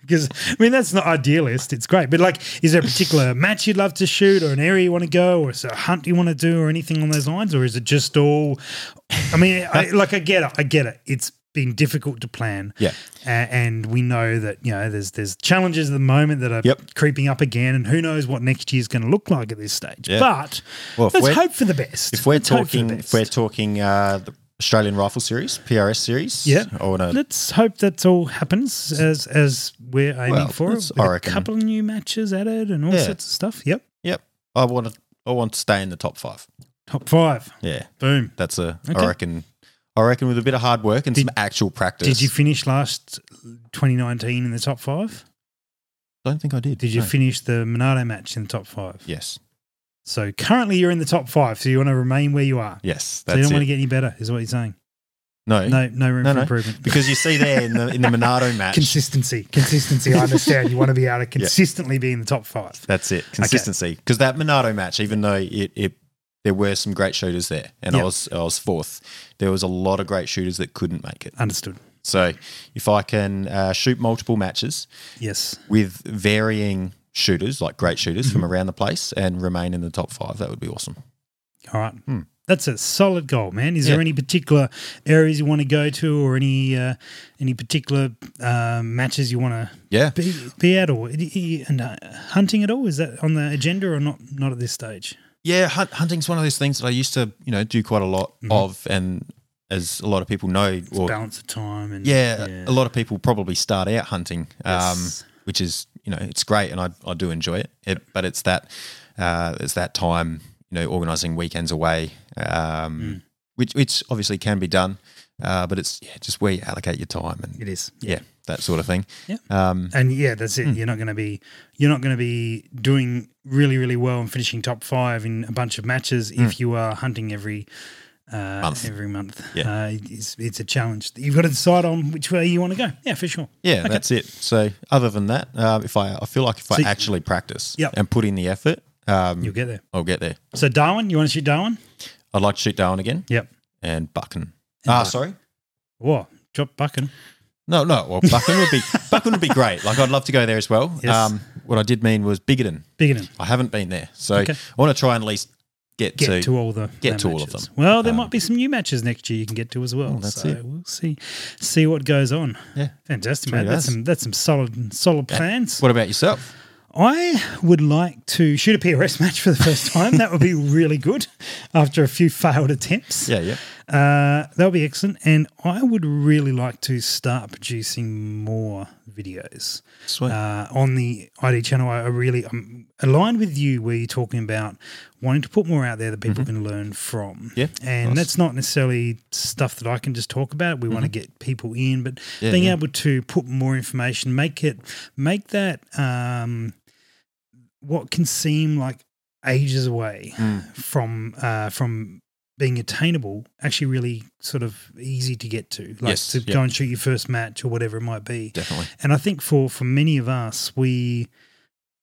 [SPEAKER 2] Because I mean that's not idealist. It's great, but like, is there a
[SPEAKER 3] *laughs*
[SPEAKER 2] particular match you'd love to shoot, or an area you want to go, or is there a hunt you want to do, or anything on those lines, or is it just all? I
[SPEAKER 3] *laughs*
[SPEAKER 2] mean, I, like I get it. I get it. It's been difficult to plan.
[SPEAKER 3] Yeah.
[SPEAKER 2] A- and we know that you know there's there's challenges at the moment that are
[SPEAKER 3] Yep.
[SPEAKER 2] creeping up again, and who knows what next year's going to look like at this stage.
[SPEAKER 3] Yeah.
[SPEAKER 2] But
[SPEAKER 3] Well, if
[SPEAKER 2] let's
[SPEAKER 3] we're-
[SPEAKER 2] hope for the best.
[SPEAKER 3] If we're
[SPEAKER 2] Let's hope for the
[SPEAKER 3] talking, if
[SPEAKER 2] best.
[SPEAKER 3] we're talking uh, the Australian Rifle Series, PRS Series,
[SPEAKER 2] Yeah.
[SPEAKER 3] I want to
[SPEAKER 2] Let's hope that all happens as as we're aiming
[SPEAKER 3] Well,
[SPEAKER 2] for.
[SPEAKER 3] that's-
[SPEAKER 2] With
[SPEAKER 3] I
[SPEAKER 2] a
[SPEAKER 3] reckon.
[SPEAKER 2] couple of new matches added and all
[SPEAKER 3] Yeah.
[SPEAKER 2] sorts of stuff. Yep.
[SPEAKER 3] Yep. I want to. I want to stay in the top five.
[SPEAKER 2] Top five.
[SPEAKER 3] Yeah.
[SPEAKER 2] Boom.
[SPEAKER 3] That's a. I
[SPEAKER 2] Okay.
[SPEAKER 3] reckon. I reckon with a bit of hard work and
[SPEAKER 2] Did-
[SPEAKER 3] some actual practice.
[SPEAKER 2] Did you finish last 2019 in the top five?
[SPEAKER 3] I don't think I did.
[SPEAKER 2] Did you
[SPEAKER 3] No.
[SPEAKER 2] finish the Monado match in the top five?
[SPEAKER 3] yes.
[SPEAKER 2] So currently you're in the top five, so you want to remain where you are.
[SPEAKER 3] Yes.
[SPEAKER 2] so you
[SPEAKER 3] That's
[SPEAKER 2] don't
[SPEAKER 3] it.
[SPEAKER 2] want to get any better, is what you're saying.
[SPEAKER 3] no.
[SPEAKER 2] No, no room
[SPEAKER 3] No,
[SPEAKER 2] for
[SPEAKER 3] no. *laughs*
[SPEAKER 2] improvement.
[SPEAKER 3] Because you see there in the in the *laughs* Monado match.
[SPEAKER 2] consistency, consistency. I understand you want to be
[SPEAKER 3] *laughs*
[SPEAKER 2] able to consistently be in the top five.
[SPEAKER 3] that's it. Consistency. Because that Monado match, even though it, it there were some great shooters there, and
[SPEAKER 2] Yeah.
[SPEAKER 3] I was I was fourth. There was a lot of great shooters that couldn't make it.
[SPEAKER 2] Understood.
[SPEAKER 3] So if I can uh, shoot multiple matches
[SPEAKER 2] Yes.
[SPEAKER 3] with varying shooters, like great shooters from around the place, and remain in the top five, that would be awesome.
[SPEAKER 2] All right. That's a solid goal, man. Is there
[SPEAKER 3] Hmm. Yeah.
[SPEAKER 2] any particular areas you want to go to, or any uh, any particular uh, matches you want to
[SPEAKER 3] Yeah.
[SPEAKER 2] be, be at, or and uh, hunting at all? Is that on the agenda, or not? Not at this stage.
[SPEAKER 3] Yeah, hunt, hunting's one of those things that I used to, you know, do quite a lot of, and as a lot of people know, or
[SPEAKER 2] Balance of time and
[SPEAKER 3] yeah, a lot of people probably start out hunting, um,
[SPEAKER 2] Yes.
[SPEAKER 3] which is you know it's great, and I, I do enjoy it. it but it's that uh, it's that time you know organising weekends away, um,
[SPEAKER 2] Mm.
[SPEAKER 3] which which obviously can be done, uh, but it's yeah, just where you allocate your time and
[SPEAKER 2] It is.
[SPEAKER 3] yeah that sort of thing.
[SPEAKER 2] Yeah.
[SPEAKER 3] Um,
[SPEAKER 2] And yeah, that's it. You're not going to be you're not going to be doing really really well and finishing top five in a bunch of matches if you are hunting every uh,
[SPEAKER 3] Hmm. Month.
[SPEAKER 2] every month.
[SPEAKER 3] Yeah.
[SPEAKER 2] Uh, it's, it's a challenge. You've got to decide on which way you want to go. Yeah, for sure.
[SPEAKER 3] yeah, that's it. So other than that, uh, if I I feel like if I
[SPEAKER 2] So-
[SPEAKER 3] actually practice
[SPEAKER 2] Yep.
[SPEAKER 3] and put in the effort, um,
[SPEAKER 2] You'll get there.
[SPEAKER 3] I'll get there.
[SPEAKER 2] So Darwin, you want to shoot Darwin?
[SPEAKER 3] I'd like to shoot Darwin again
[SPEAKER 2] Yep.
[SPEAKER 3] and Bucken. Ah, sorry.
[SPEAKER 2] Whoa, drop Bucking.
[SPEAKER 3] No, no. Well, Bucken
[SPEAKER 2] *laughs*
[SPEAKER 3] would be Bucken would be great. Like I'd love to go there as well.
[SPEAKER 2] Yes.
[SPEAKER 3] Um, what I did mean was Bigoton.
[SPEAKER 2] Biggin.
[SPEAKER 3] I haven't been there, so
[SPEAKER 2] Okay.
[SPEAKER 3] I want to try and at least get,
[SPEAKER 2] Get
[SPEAKER 3] to.
[SPEAKER 2] to all the
[SPEAKER 3] get
[SPEAKER 2] their
[SPEAKER 3] to all of
[SPEAKER 2] matches.
[SPEAKER 3] them.
[SPEAKER 2] Well, there
[SPEAKER 3] Um,
[SPEAKER 2] might be some new matches next year you can get to as well.
[SPEAKER 3] Oh, that's
[SPEAKER 2] so
[SPEAKER 3] it.
[SPEAKER 2] we'll see see what goes on.
[SPEAKER 3] Yeah.
[SPEAKER 2] Fantastic,
[SPEAKER 3] Sure
[SPEAKER 2] mate. That's
[SPEAKER 3] does.
[SPEAKER 2] some that's some solid solid plans.
[SPEAKER 3] What about yourself?
[SPEAKER 2] I would like to shoot a PRS match for the first time. that would be really good after a few failed attempts.
[SPEAKER 3] Yeah, yeah.
[SPEAKER 2] Uh, that would be excellent. And I would really like to start producing more videos
[SPEAKER 3] Sweet.
[SPEAKER 2] uh, on the ID channel. I I really I'm aligned with you where you're talking about wanting to put more out there that people can learn from.
[SPEAKER 3] Mm-hmm. Yeah,
[SPEAKER 2] and
[SPEAKER 3] nice. Mm-hmm.
[SPEAKER 2] that's not necessarily stuff that I can just talk about. We want to get people in, but being
[SPEAKER 3] yeah.
[SPEAKER 2] able to put more information, make it, make that um,
[SPEAKER 3] Mm.
[SPEAKER 2] what can seem like ages away from uh, from being attainable actually really sort of easy to get to. Like
[SPEAKER 3] Yes,
[SPEAKER 2] to
[SPEAKER 3] yeah.
[SPEAKER 2] go and shoot your first match or whatever it might be.
[SPEAKER 3] Definitely.
[SPEAKER 2] And I think for for many of us, we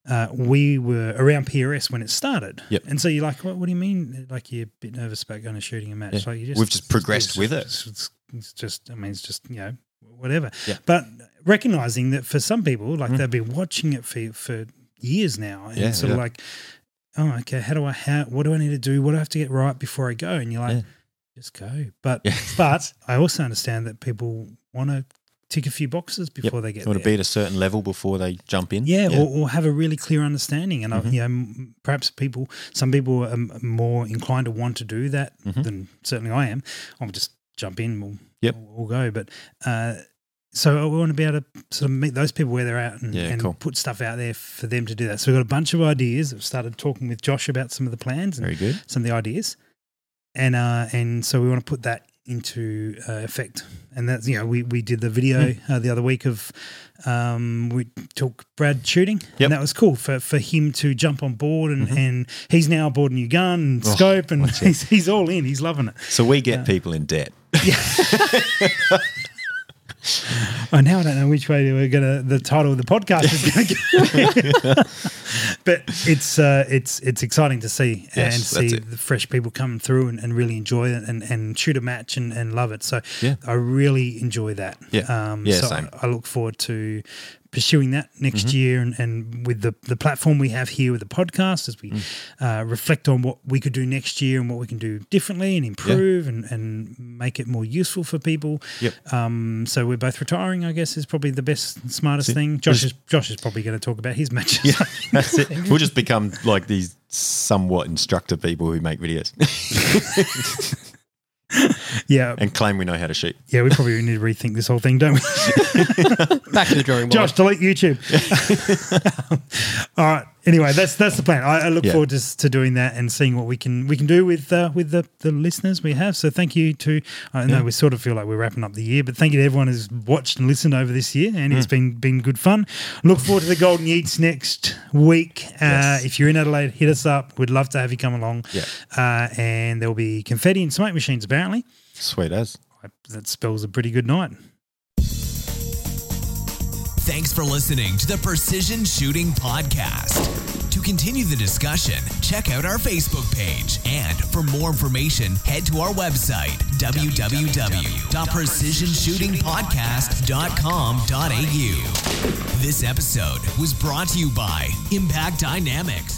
[SPEAKER 2] uh, we were around PRS when it started.
[SPEAKER 3] Yep.
[SPEAKER 2] And so you're like, what, what do you mean? Like you're a bit nervous about going and shooting a match?
[SPEAKER 3] Yeah.
[SPEAKER 2] Like you
[SPEAKER 3] We've just
[SPEAKER 2] it's-
[SPEAKER 3] progressed with it.
[SPEAKER 2] It's, it's- it's just, I mean, it's just you know whatever.
[SPEAKER 3] Yeah.
[SPEAKER 2] But recognizing that for some people, like
[SPEAKER 3] Mm.
[SPEAKER 2] they've been watching it for for years now, and
[SPEAKER 3] Yeah,
[SPEAKER 2] sort of
[SPEAKER 3] yeah.
[SPEAKER 2] like, oh, okay, how do I how what do I need to do? What do I have to get right before I go? And you're like,
[SPEAKER 3] Yeah.
[SPEAKER 2] just go. But
[SPEAKER 3] Yeah.
[SPEAKER 2] *laughs* but I also understand that people want to tick a few boxes before they get
[SPEAKER 3] want
[SPEAKER 2] there.
[SPEAKER 3] to be at a certain level before they jump in.
[SPEAKER 2] Yeah, Or, or have a really clear understanding. And
[SPEAKER 3] Mm-hmm.
[SPEAKER 2] I, you know, m- perhaps people, some people are m- more inclined to want to do that
[SPEAKER 3] Mhm.
[SPEAKER 2] than certainly I am. I'll just jump in. We'll,
[SPEAKER 3] Yep.
[SPEAKER 2] we'll, we'll go. But uh, so I want to be able to sort of meet those people where they're at and,
[SPEAKER 3] Yeah,
[SPEAKER 2] and
[SPEAKER 3] cool.
[SPEAKER 2] put stuff out there for them to do that. So we've got a bunch of ideas. I've started talking with Josh about some of the plans and
[SPEAKER 3] Very good.
[SPEAKER 2] some of the ideas, and uh, and so we want to put that into uh, effect. And that's you know we, we did the video
[SPEAKER 3] Mm.
[SPEAKER 2] uh, the other week of um, we took Brad shooting,
[SPEAKER 3] Yep.
[SPEAKER 2] and that was cool for, for him to jump on board, and,
[SPEAKER 3] Mhm.
[SPEAKER 2] and he's now aboard a new gun and
[SPEAKER 3] Oh,
[SPEAKER 2] scope, and
[SPEAKER 3] watch it.
[SPEAKER 2] *laughs* he's, he's all in, he's loving it.
[SPEAKER 3] So we get
[SPEAKER 2] Yeah.
[SPEAKER 3] people in debt.
[SPEAKER 2] Oh, now I don't know which way we're gonna the title of the podcast is gonna go.
[SPEAKER 3] *laughs*
[SPEAKER 2] but it's uh, it's it's exciting to see and
[SPEAKER 3] Yes, that's
[SPEAKER 2] see
[SPEAKER 3] it.
[SPEAKER 2] the fresh people come through and, and really enjoy it and, and shoot a match and, and love it. So
[SPEAKER 3] Yeah.
[SPEAKER 2] I really enjoy that.
[SPEAKER 3] Yeah.
[SPEAKER 2] Um,
[SPEAKER 3] Yeah,
[SPEAKER 2] so
[SPEAKER 3] same. Mm-hmm.
[SPEAKER 2] I, I look forward to pursuing that next year and, and with the, the platform we have here with the podcast as we
[SPEAKER 3] Mm.
[SPEAKER 2] uh, reflect on what we could do next year and what we can do differently and improve and, and make it more useful for people.
[SPEAKER 3] Yep.
[SPEAKER 2] *laughs* Um, so we're both retiring, I guess, is probably the best, smartest thing. Josh is Josh is probably going to talk about his matches.
[SPEAKER 3] *laughs* That's it. We'll just become like these somewhat instructor people who make videos
[SPEAKER 2] *laughs* yeah,
[SPEAKER 3] and claim we know how to shoot.
[SPEAKER 2] yeah, we probably need to rethink this whole thing, don't we?
[SPEAKER 4] Back to the drawing board.
[SPEAKER 2] Josh, delete YouTube.
[SPEAKER 3] *laughs*
[SPEAKER 2] All right. Anyway, that's that's the plan. I, I look
[SPEAKER 3] Yeah.
[SPEAKER 2] forward to, to doing that and seeing what we can we can do with uh, with the, the listeners we have. So thank you to I know we sort of feel like we're wrapping up the year, but thank you to everyone who's watched and listened over this year, and
[SPEAKER 3] Mm.
[SPEAKER 2] it's been been good fun. Look forward to the Golden Yeats next week. Uh,
[SPEAKER 3] Yes.
[SPEAKER 2] If you're in Adelaide, hit us up. We'd love to have you come along.
[SPEAKER 3] Yeah.
[SPEAKER 2] Uh, and there will be confetti and smoke machines apparently.
[SPEAKER 3] Sweet as.
[SPEAKER 2] I- That spells a pretty good night.
[SPEAKER 1] Thanks for listening to the Precision Shooting Podcast. To continue the discussion, check out our Facebook page. And for more information, head to our website, www.precisionshootingpodcast.com.au. This episode was brought to you by Impact Dynamics.